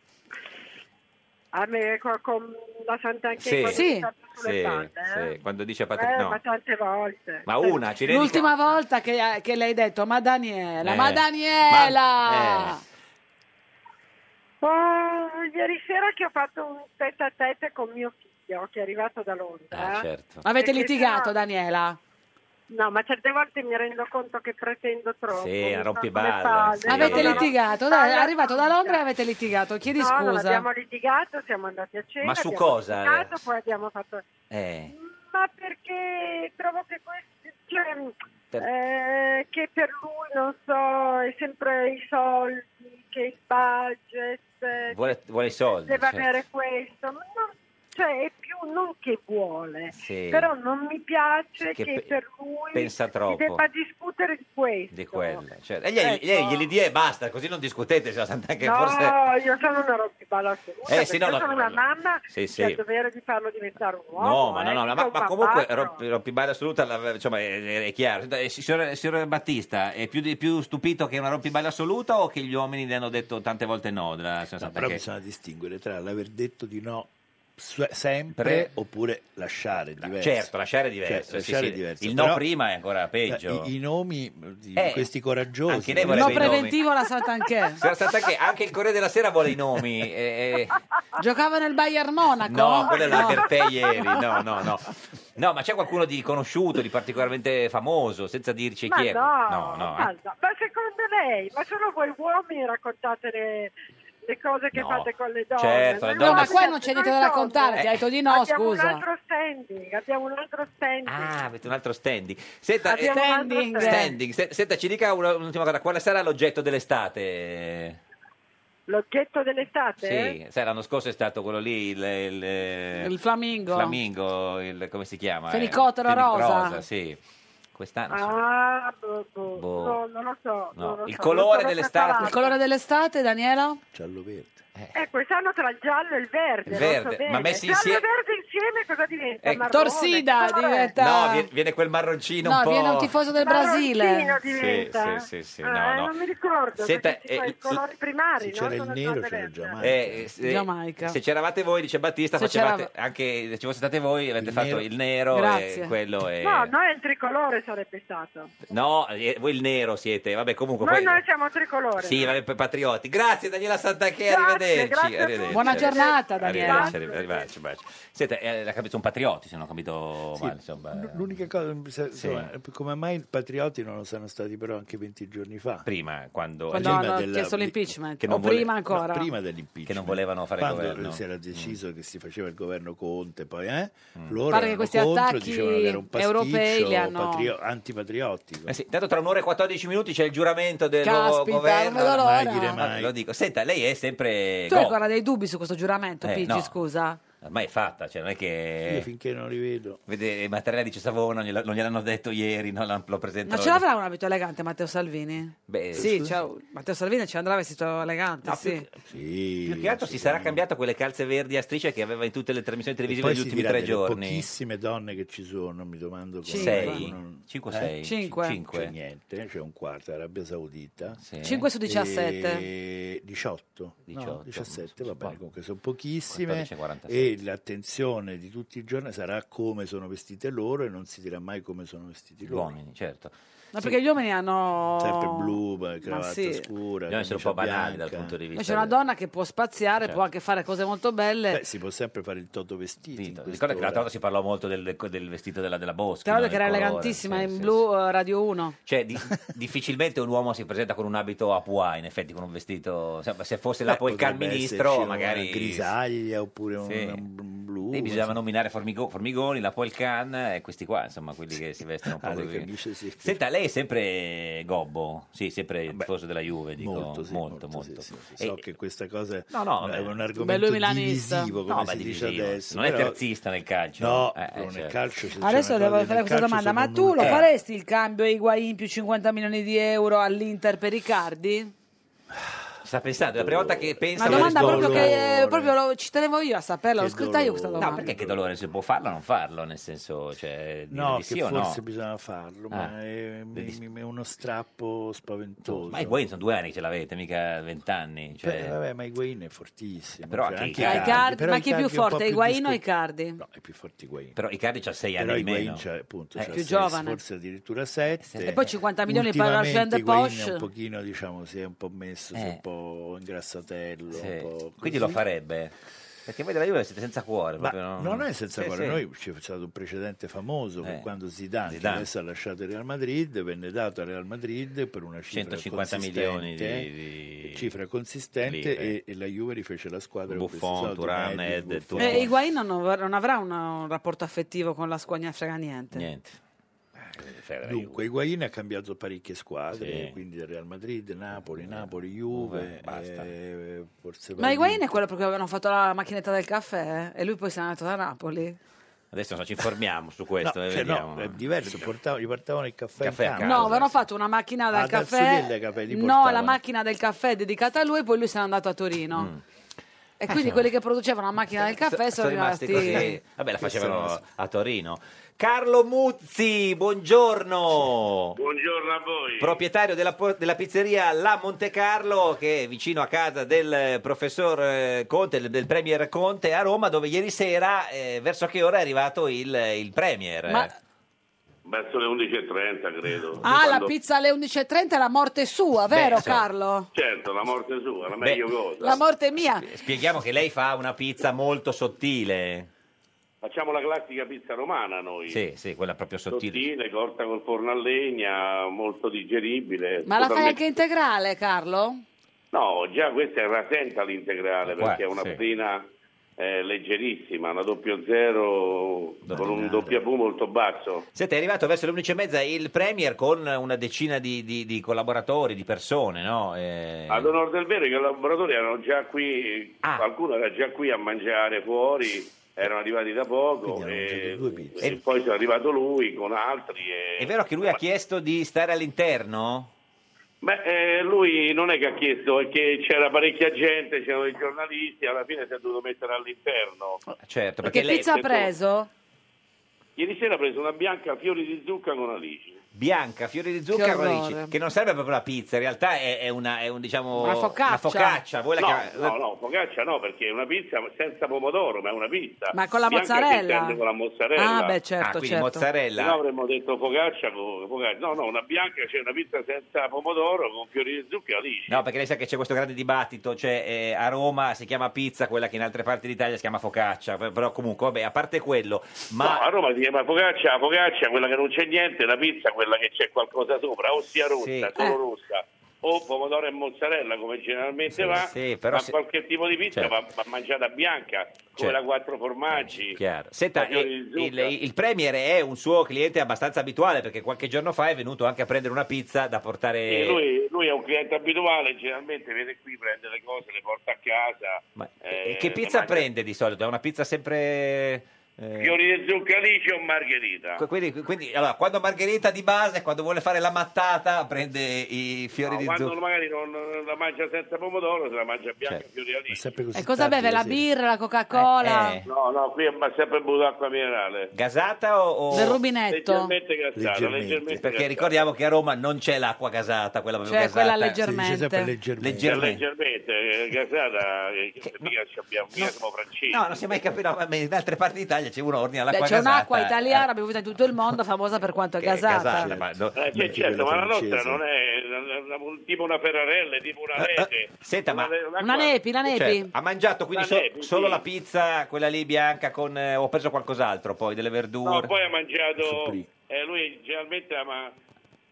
A me co- con la Santa anche
Sì,
mi
sì,
sta più sulle palle.
sì, quando dice
Eh,
Patrizia, no.
ma tante volte.
Ma una, ci rendi
L'ultima volta che, eh, che lei hai detto, ma Daniela,
Eh,
ma Daniela!
ma-
Eh. Oh, ieri sera che ho fatto un tête a tête con mio figlio che è arrivato da Londra.
eh,
Ah, certo.
Perché
Avete litigato,
sennò-
Daniela?
No, ma certe volte mi rendo conto che pretendo troppo.
Sì,
mi
la
sta
rompiballe,
sulle palle.
sì.
Avete
no, no.
litigato? Dai, è arrivato da Londra e avete litigato. Chiedi
no, non
scusa.
abbiamo litigato, siamo andati a cena.
Ma su
abbiamo
cosa?
litigato, poi abbiamo fatto...
Eh,
Ma perché trovo che questo... cioè,
Per-
eh, che per lui, non so, è sempre i soldi, che il budget... eh,
vuole, vuole i soldi.
deve
certo.
avere questo, ma non- cioè è più non che vuole,
Sì.
però non mi piace
Che
che,
pe-
per lui
pensa troppo.
si debba discutere di questo.
Di quello. certo. E gli- gli- lei glieli dia e basta, così non discutete, signora Santanchè,
Ecco. no,
forse...
io sono una rompiballa assoluta,
Eh, sì,
perché
no,
io
no,
sono
no,
una
no.
mamma
Sì, sì.
che ha il dovere di farlo diventare un uomo.
No, ma,
eh,
no, no,
mica
ma,
un
ma comunque
papà,
rompi- rompiballe assoluta, la- insomma, è, è chiaro. Senta, eh, Signor, signor Battista, è più, di- più stupito che è una rompiballe assoluta o che gli uomini le hanno detto tante volte no? Della, signora
No,
Santanchè?
però bisogna distinguere tra l'aver detto di no se- sempre
Pre-
oppure lasciare diverso.
Certo, lasciare è diverso.
Cioè,
sì,
lasciare
sì.
è diverso,
Il no
però-
prima è ancora peggio.
I, i nomi di
Eh,
questi coraggiosi.
anche lei
no?
voleva-
No,
aveva i nomi.
preventivo la Santanchè.
Signora Santanchè, anche il Corriere della Sera vuole i nomi. eh, eh.
Giocava nel Bayern Monaco?
No, quello è l'Albertè ieri. No, no, no. No, ma c'è qualcuno di conosciuto, di particolarmente famoso, senza dirci
Ma
chi è.
no,
no, eh. no.
guarda, ma secondo lei, ma solo voi uomini raccontate le, le cose che
No,
fate con le donne.
certo, le
Noi
donne-
Ma qua
facciamo
non c'è niente
noi donne.
da raccontare, ti ha detto di no,
abbiamo
scusa.
un altro standing, abbiamo un altro standing.
Ah, avete un altro standing. Senta, eh,
Abbiamo un altro
standing.
standing. se- Senta, ci dica una- un'ultima cosa, quale sarà l'oggetto dell'estate?
L'oggetto dell'estate?
Sì, sai, l'anno scorso è stato quello lì, il, il,
Il flamingo.
flamingo, il- come si chiama? eh?
Felicotero
Felic-
rosa.
sì. Quest'anno sì.
Ah, boh, boh.
Boh.
No, non lo so.
No,
non lo
il
so,
colore
non sono
dell'estate.
Il
preparata.
colore dell'estate, Daniela?
Giallo verde.
Eh, quest'anno tra il giallo e il verde.
Il verde,
non so bene.
ma messi
giallo
insie-
e verde insieme cosa diventa?
Ecco.
Marrone,
Torsida
colore?
diventa-
No, viene, viene quel marroncino
No,
un po'...
viene un tifoso del
Marroncino
Brasile.
diventa?
Sì, sì, sì, sì,
Ah,
no,
eh,
no.
Non mi ricordo.
Senta,
perché ci
eh,
sono
il-
i colori primari, no?
c'era il
Sono
nero
state
c'era
verde.
il Giamaica.
Eh, se,
Giamaica.
se c'eravate voi, dice Battista,
Se
facevate
c'era-
anche se ci fosse state voi, avete fatto
nero.
il nero
Grazie.
e quello e...
No, noi il tricolore sarebbe stato.
No, eh, voi il nero siete, vabbè comunque
Noi,
poi...
noi siamo tricolore.
Sì, vabbè, per patrioti. Grazie Daniela Santachè,
Grazie,
arrivederci.
grazie a tutti.
arrivederci.
Buona giornata, Daniela.
Arrivederci, arrivederci, arrivederci, baci. Senta, eh, l'ha capito, sono patrioti, se non ho capito male, insomma. eh,
L- L'unica cosa, se- insomma, come mai i patrioti non lo sono stati però anche 20 giorni fa?
Prima, quando...
Quando
Prima
hanno
della-
chiesto l'impeachment.
che
o
non vole-
prima
no,
ancora.
prima dell'impeachment.
Che non volevano fare il
Quando
governo. Mm.
si era deciso che si faceva il governo Conte, poi eh? loro
Pare che
erano
questi
contro,
attacchi
dicevano che era un pasticcio
europei li hanno-
patrio- antipatriottico.
Eh sì, tanto tra un'ora e 14 minuti c'è il giuramento del nuovo
Caspita,
governo.
non vedo l'ora. Mai
dire mai.
Vabbè, Lo dico. Senta, lei è sempre
Tu
go.
hai ancora dei dubbi su questo giuramento,
Eh,
Pigi,
no.
scusa?
Ormai è fatta, cioè non è
Io
che...
finché non li vedo.
Vede, Mattarella dice Savona, non gliela- non gliel'hanno detto ieri, no? L'han- lo presentano...
Ma ce l'avrà un abito elegante Matteo Salvini?
Beh,
sì,
scusi.
ciao. Matteo Salvini ci andrà vestito elegante,
No,
sì.
più, che- più che altro si sarà cambiato quelle calze verdi a strisce che aveva in tutte le trasmissioni televisive
Poi
degli
si
ultimi
dirà
tre
delle
giorni.
pochissime donne che ci sono, mi domando come
Cinque.
qualcuno
Sei?
non-
Cinque o
Eh?
sei? Cinque. Cinque.
C'è niente, c'è un quarto, Arabia Saudita.
Cinque su 17.
E 18. No,
18.
17, va bene, comunque sono pochissime.
14,46.
E l'attenzione di tutti i giorni sarà come sono vestite loro e non si dirà mai come sono vestiti
Gli
loro.
uomini, certo.
Ma perché gli uomini hanno...
Sempre blu, eh, cravatta
Oh, sì.
scura.
Bisogna essere
camicia
un po' banali dal
bianca.
punto di vista.
Invece una
del-
donna che può spaziare,
Certo.
può anche fare cose molto belle.
Beh, si può sempre fare il toto vestito. in
Ricorda che l'altra
quest'ora.
volta si parlò molto del, del vestito della, della Boschi.
Tra l'altro
no?
che
Il
era
colore,
elegantissima
sì,
in
sì,
blu eh, Radio 1.
Cioè, di- difficilmente un uomo si presenta con un abito a pois, in effetti, con un vestito. insomma, Se fosse là
Beh,
poi il
potrebbe
calministro,
esserci
magari.
Una grisaglia oppure un-
Sì.
un, blu.
Lì bisollava nominare Formigo- Formigoni, la Polcan e questi qua, insomma, quelli che si vestono un po'
Ah, le
così.
camicie sì. Ah,
Senta, lei è sempre gobbo? Sì, sempre tifoso della Juve, dico.
molto, sì, molto,
molto, molto.
sì, sì, sì.
E-
So che questa cosa è-
No, no,
è
beh,
un
bello
argomento
milanista.
divisivo, come
no, ma
si dice
divisivo.
adesso.
Non è
però-
terzista nel calcio.
No,
Eh, eh,
nel
certo.
calcio c'è
Adesso
una cosa-
devo fare
nel
questa
calcio
domanda, ma
sono
tu lo
Eh.
nulla.
faresti il cambio Higuain più 50 milioni di euro all'Inter per Riccardi?
Ci sta pensando, è la prima volta che pensa...
Una domanda
Che
proprio
dolore.
che eh, proprio lo- ci tenevo io a saperla, l'ho
Che
scritta io questa
dolore.
No,
domanda.
perché che dolore, se può farlo o non farlo, nel senso, cioè... dire
No,
di sì
che
o no.
forse bisogna farlo, ma
Ah.
è, mi-
Vedi-
mi- è uno strappo spaventoso.
Ma i Wayne sono due anni che ce l'avete, mica vent'anni. Cioè...
Beh, Eh, vabbè, ma Higuain è fortissimo.
Però
cioè,
anche
anche
Icardi.
Icardi,
Icardi,
però
ma chi è più
Icardi un po'
forte, Higuain o
discu-
Icardi?
No, è più forte Higuain.
Però Icardi c'ha sei anni
Però
di
Higuain
meno.
c'ha, appunto,
Eh,
c'ha
più
sei,
giovane.
forse addirittura 7
E poi 50 milioni per Arsène Posch.
un pochino diciamo si è un po' messo si è
Eh.
un po' ingrassatello
Sì.
un po' così.
Quindi lo farebbe. Perché voi della Juve siete senza cuore.
ma
proprio, no?
non è senza
Sì,
cuore
sì.
noi c'è stato un precedente famoso che
Eh.
quando Zidane, che
Zidane.
adesso ha lasciato il Real Madrid venne dato al Real Madrid per una cifra
150 milioni
consistente,
di, di-
cifra consistente
lire.
e, e la Juve rifece la squadra con questi
Buffon,
soldi,
Thuram,
Medic,
Ed,
Buffon.
Eh, Higuain non, non avrà una- un rapporto affettivo con la squagna frega niente.
Niente. Fede,
Dunque, Higuain ha cambiato parecchie squadre,
Sì.
quindi del Real Madrid, Napoli, Napoli, Juve,
Juve, basta.
eh, forse
Ma Higuain è quello per cui avevano fatto la macchinetta del caffè eh? e lui poi se n'è andato da Napoli.
Adesso no, ci informiamo su questo.
No,
e
cioè,
vediamo.
no, è diverso, portavo- gli portavano il caffè,
Caffè a
in campo.
casa.
No, avevano fatto una macchina del
Ah, dal
caffè.
Sudelle caffè li
no,
portavano. Mm.
la macchina del caffè dedicata a lui, e poi lui se n'è andato a Torino. E quindi quelli che producevano la macchina del caffè
So-
sono rimasti.
Eh. così. Vabbè, la facevano
Questo
a Torino. Carlo Muzzi, buongiorno.
Buongiorno a voi.
Proprietario della, po- della pizzeria La Monte Carlo, che è vicino a casa del eh, professor eh, Conte, del, del Premier Conte a Roma, dove ieri sera, eh, verso che ora è arrivato il, eh, il Premier?
Ma-
Verso le 11.30 credo.
Ah, la
Quando-
pizza alle 11.30 è la morte sua,
Beh,
vero
insomma.
Carlo?
Certo, la morte sua, la
Beh.
meglio cosa.
La morte è mia.
Spieghiamo che lei fa una pizza molto sottile.
Facciamo la classica pizza romana noi.
Sì, sì, quella proprio sottile.
Sottile, corta col forno a legna, molto digeribile.
Ma la fai
totalmente-
anche integrale, Carlo?
No, già questa è rasenta l'integrale
Eh, Qua,
perché è una
sì.
prima leggerissima, una doppio zero con un
Ordinaria.
doppio V molto basso.
Siete è arrivato verso le 11 e mezza il Premier con una decina di, di- di collaboratori, di persone, no? Eh,
Ad onor del vero i collaboratori erano già qui, qualcuno era già qui a mangiare fuori, erano arrivati da poco e, e poi sono arrivato lui con altri. E,
È vero che lui ha chiesto di stare all'interno?
Beh, eh, lui non è che ha chiesto, è che c'era parecchia gente, c'erano i giornalisti, alla fine si è dovuto mettere all'interno.
Certo, perché,
Che
lei...
pizza ha preso?
Ieri sera ha preso una bianca a fiori di zucca con alici.
Bianca, fiori di
Che
zucca, come
orrore.
dici? Che non serve proprio la pizza, in realtà è, è una, è un, diciamo,
Una
focaccia.
una focaccia, Voi la
no,
chiam- la-
no, no, focaccia no, perché è una pizza senza pomodoro, ma è una pizza.
Ma con la
Bianca si
mozzarella?
intende Con la mozzarella.
Ah, beh, certo, Ah, quindi certo. mozzarella.
No, avremmo detto focaccia con focaccia. No, no, una bianca c'è una pizza senza pomodoro con fiori di zucca e alici.
No, perché lei sa che c'è questo grande dibattito, cioè eh, a Roma si chiama pizza quella che in altre parti d'Italia si chiama focaccia, p- però comunque, vabbè, a parte quello, ma
No, a Roma si chiama focaccia, la focaccia, quella che non c'è niente, la pizza, quella che c'è qualcosa sopra, ossia rossa,
Sì.
solo rossa. O pomodoro e mozzarella, come generalmente
Sì,
va,
sì, però
ma
se-
qualche tipo di pizza
Certo.
va, va mangiata bianca, come
Certo.
la quattro formaggi.
chiaro. Senta,
la fiori
eh,
di zucca.
il, il Premier è un suo cliente abbastanza abituale perché qualche giorno fa è venuto anche a prendere una pizza da portare...
Sì, lui, lui è un cliente abituale, generalmente viene qui, prende le cose, le porta a casa.
Ma-
eh,
e che pizza
mangia-
prende di solito? È una pizza sempre... eh,
Fiori di zucca alice o margherita?
Qu- Quindi, quindi, allora, quando Margherita di base, quando vuole fare la mattata, prende i fiori
No,
di
quando
zucchero.
magari non, non la mangia senza pomodoro, se la mangia
Cioè,
bianca fiori alice.
E cosa beve? La birra, la
Eh,
Coca-Cola?
No, no, qui è sempre bevuto acqua minerale.
Gasata o... o-
Del rubinetto?
Leggermente gassata,
Leggermente.
leggermente
Perché
gassata.
ricordiamo che a Roma non c'è l'acqua gasata, quella proprio
C'è
gasata.
Cioè, quella leggermente. Sì, c'è sempre leggermente.
Leggermente.
Cioè, Leggermente, eh, gasata, eh, che mica ci abbiamo, mica siamo francesi.
No, non si è mai capito, no, ma in altre parti d'Italia c'è uno ordina
Beh,
l'acqua Cioè,
c'è
gasata.
un'acqua italiana bevuta in tutto il mondo, famosa per quanto è
Che è
gasata.
gasata, ma no-
Eh, cioè, certo, ma la nostra non è è una- una- tipo una Ferrarelle, tipo una rete.
Eh, Senta, ma...
Una nepi, la nepi.
Certo, ha mangiato quindi
La
so-
nepi,
solo
sì.
la pizza, quella lì bianca, con, eh, ho preso qualcos'altro poi, delle verdure.
No, poi ha mangiato,
Supplì.
eh, lui generalmente ama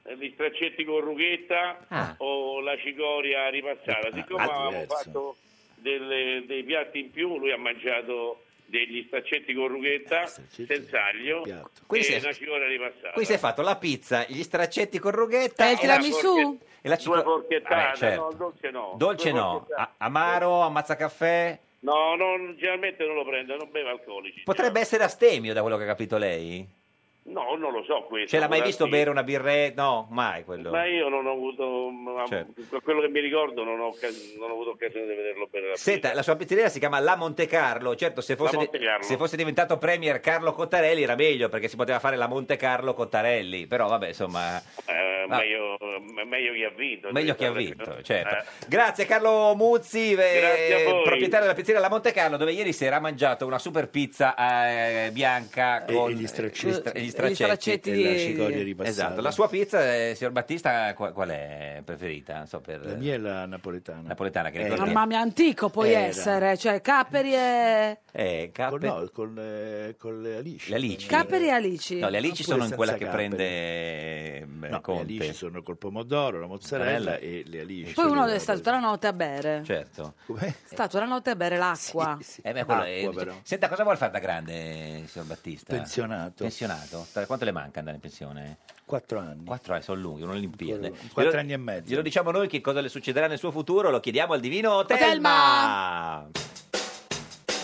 eh, gli straccetti con rughetta
Ah.
o la cicoria ripassata. Siccome
ah,
avevamo
diverso.
fatto delle- dei piatti in più, lui ha mangiato degli straccetti con
Eh,
rughetta, senzaglio
Quindi si
e
è-
una cicoria ripassata.
Qui si è fatto la pizza, gli straccetti con rughetta...
E Eh, il tiramisù?
E la
Due
cico-
forchettate,
Vabbè, certo.
no, dolce no.
Dolce
Due
no, Ah.
forchettate.
a- amaro, ammazza caffè...
No, non- generalmente non lo prende, non beve alcolici.
Potrebbe essere astemio, da quello che ha capito lei?
No, non lo so questo.
Ce Cioè, l'ha mai
Guarda,
visto
sì.
bere una birretta? No, mai quello.
Ma io non ho avuto, ma-
Certo.
per quello che mi ricordo, non ho, occas- non ho avuto occasione di vederlo bene. la
Senta,
prima.
la sua pizzeria si chiama La Monte Carlo. Certo, se fosse,
La Monte Carlo.
se fosse diventato premier Carlo Cottarelli era meglio perché si poteva fare la Monte Carlo Cottarelli. Però vabbè, insomma,
Eh,
va-
meglio, me- meglio chi ha vinto.
ah.
cioè.
meglio chi ha
Sarebbe-
vinto, certo.
Eh,
Grazie Carlo Muzzi, eh,
Grazie a voi.
proprietario della pizzeria La Monte Carlo, dove ieri sera ha mangiato una super pizza eh, bianca con gli straccetti. E gli straccetti.
straccetti di- E la cicoria ripassata.
Esatto, la sua pizza, eh, signor Battista, qua- qual, è preferita? Non so, per...
La mia è la napoletana.
Napoletana, che
Eh,
ricordiamo.
Mamma mia, antico puoi
Era.
essere. Cioè, Caperi e...
Eh,
Con,
cappe-
no, con, eh, con le alici.
Le alici.
Caperi e Alici.
No, le alici
Oppure
sono in
senza
quella che
capperi.
prende ehm,
No, le
Conte.
alici sono col pomodoro, la mozzarella
Mozzarella.
e le alici.
Poi uno è stato tutta la notte a bere.
Certo.
È stato la notte a bere l'acqua.
Eh, beh, quello è-
Acqua, però.
Senta, cosa vuole fare da grande, signor Battista?
Pensionato.
Pensionato? Tra- Quanto le manca andare in pensione?
Quattro anni.
Quattro anni, sono lunghi, un'Olimpiade.
Ancora- quattro anni e mezzo.
Glielo diciamo noi che cosa le succederà nel suo futuro, lo chiediamo al divino
Telma!
Telma!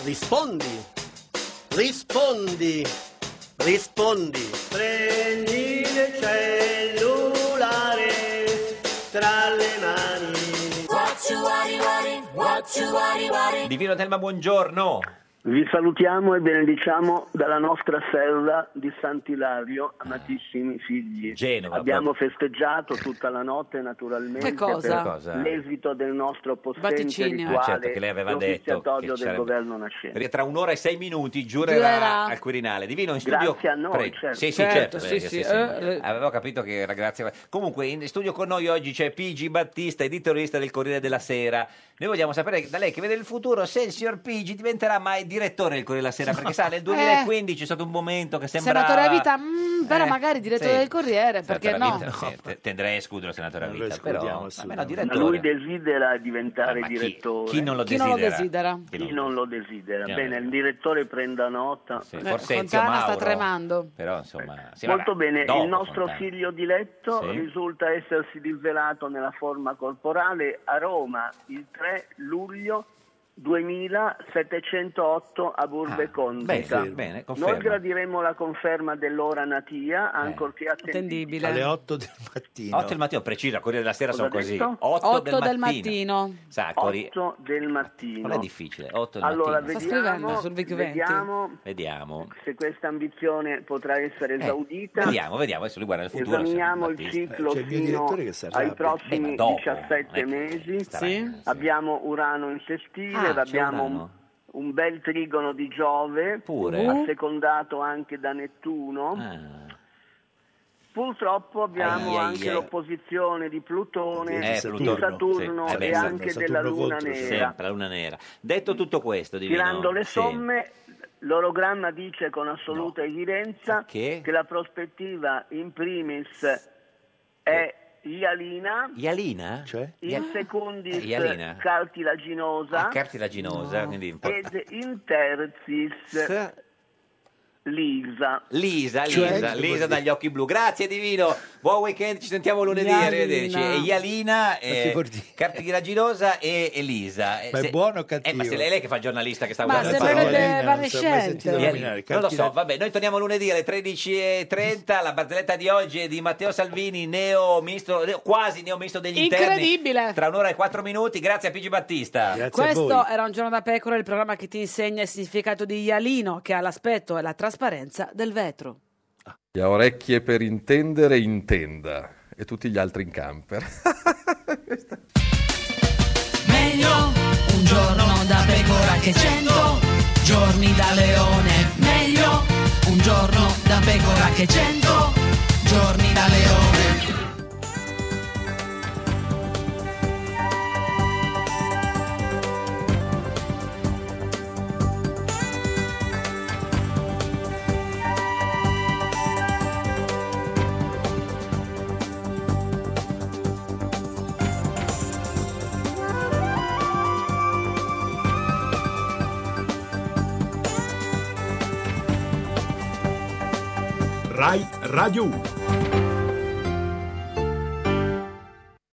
Rispondi, rispondi, rispondi. Prendi il cellulare tra le mani. What you worry, worry, what you worry, worry.
Divino Telma, buongiorno!
Vi salutiamo e benediciamo dalla nostra cella di Sant'Ilario, amatissimi figli.
Genova,
Abbiamo festeggiato tutta la notte naturalmente
Che cosa?
per
Che cosa?
l'esito del nostro possente
Vaticinio.
rituale
Ah, certo, che lei aveva detto che
profissiatorio
ci
del
sarebbe-
governo nascente.
Perché tra un'ora e sei minuti giurerà,
Giurerà.
al Quirinale. Divino in
Grazie
studio.
a noi,
Prego.
certo.
Sì, sì,
Certo,
certo,
sì,
perché
sì,
sì, sì.
eh,
Avevo capito che era grazie. Comunque, in studio con noi oggi c'è Pigi Battista, editorialista del Corriere della Sera. Noi vogliamo sapere da lei che vede il futuro se il signor Pigi diventerà mai direttore direttore del Corriere della Sera, perché sa,
Eh.
nel 2015 c'è stato un momento che sembrava...
Senatore a vita, mm, però
Eh,
magari direttore
sì.
del Corriere, Eh, perché
Senatore
no?
a vita, sì, te- tenderei a escludere il senatore a vita,
escludiamo
però... Almeno
Ma
direttore.
lui desidera diventare
Ma chi-
direttore.
chi non lo Chi non lo desidera? desidera?
Chi non lo desidera?
Chi non
Bene, il direttore prenda nota.
Sì, forse Ezio
Fontana
Mauro,
sta tremando.
Però insomma... sì,
Molto
vabbè,
bene,
dopo
il nostro
Fontana.
figlio diletto
Sì.
risulta essersi rivelato nella forma corporale a Roma il 3 luglio 2708 a Burbe
Ah,
Condita.
bene, bene, conferma.
Noi gradiremo la conferma dell'ora natia, ancorché attendibile.
Alle 8 del mattino.
8 del mattino, precisa, Corriere della Sera
Cosa
sono
ha
così.
detto?
8, del mattino. Sa, Corri-
8 del mattino.
Non è difficile, 8 del
Allora,
mattino.
vediamo, vediamo
Vediamo.
se questa ambizione potrà essere
Eh,
esaudita.
Vediamo, vediamo, adesso lui guarda il futuro.
Esaminiamo
se-
il
Battista.
ciclo fino ai prossimi
Eh, ma dopo,
17
eh,
mesi.
starà, sì.
Abbiamo Urano in sestile,
Ah, c'è
abbiamo un,
Urano.
un bel trigono di Giove,
Pure. Ah.
assecondato anche da Nettuno. Purtroppo abbiamo
Ai, ai,
anche
ai.
l'opposizione di Plutone,
Eh,
di
Plutone,
Saturno
sì. Eh, beh,
e
Saturno,
anche
Saturno
della Luna
contro, sì.
nera.
Sempre la luna nera. Detto tutto questo, divino,
Tirando le
sì.
somme, l'orogramma dice con assoluta evidenza
Che?
la prospettiva in primis è Ialina,
Ialina? Cioè?
in secondis
Eh, Ialina. Ah,
cartilaginosa
Cartilaginosa, quindi un po'.
ed in terzis Lisa.
Lisa,
Cioè?
Lisa, Lisa dagli occhi blu. Grazie Divino, buon weekend, ci sentiamo lunedì,
Ialina.
arrivederci. E Ialina,
che
eh,
vuol
Cartilaginosa e Elisa.
Ma è buono o
Eh, ma se lei, lei che fa il giornalista che sta
Ma
guardando
sembrerebbe
le parole.
evanescente. Non so, mai sentito
Ialina,
nominare,
Non lo so,
Cartilaginosa.
vabbè, noi torniamo lunedì alle 13.30, la barzelletta di oggi è di Matteo Salvini, neo ministro, neo- quasi neo ministro degli interni.
Incredibile.
Tra un'ora e quattro minuti, grazie a Pigi Battista.
Questo era un giorno da pecora, il programma che ti insegna il significato di Ialino, che ha l'aspetto e la trasparenza del vetro.
Ha orecchie per intendere, intenda. E tutti gli altri in camper.
Meglio un giorno da pecora che cento giorni da leone. Meglio un giorno da pecora che cento giorni da leone.
Rai Radio 1.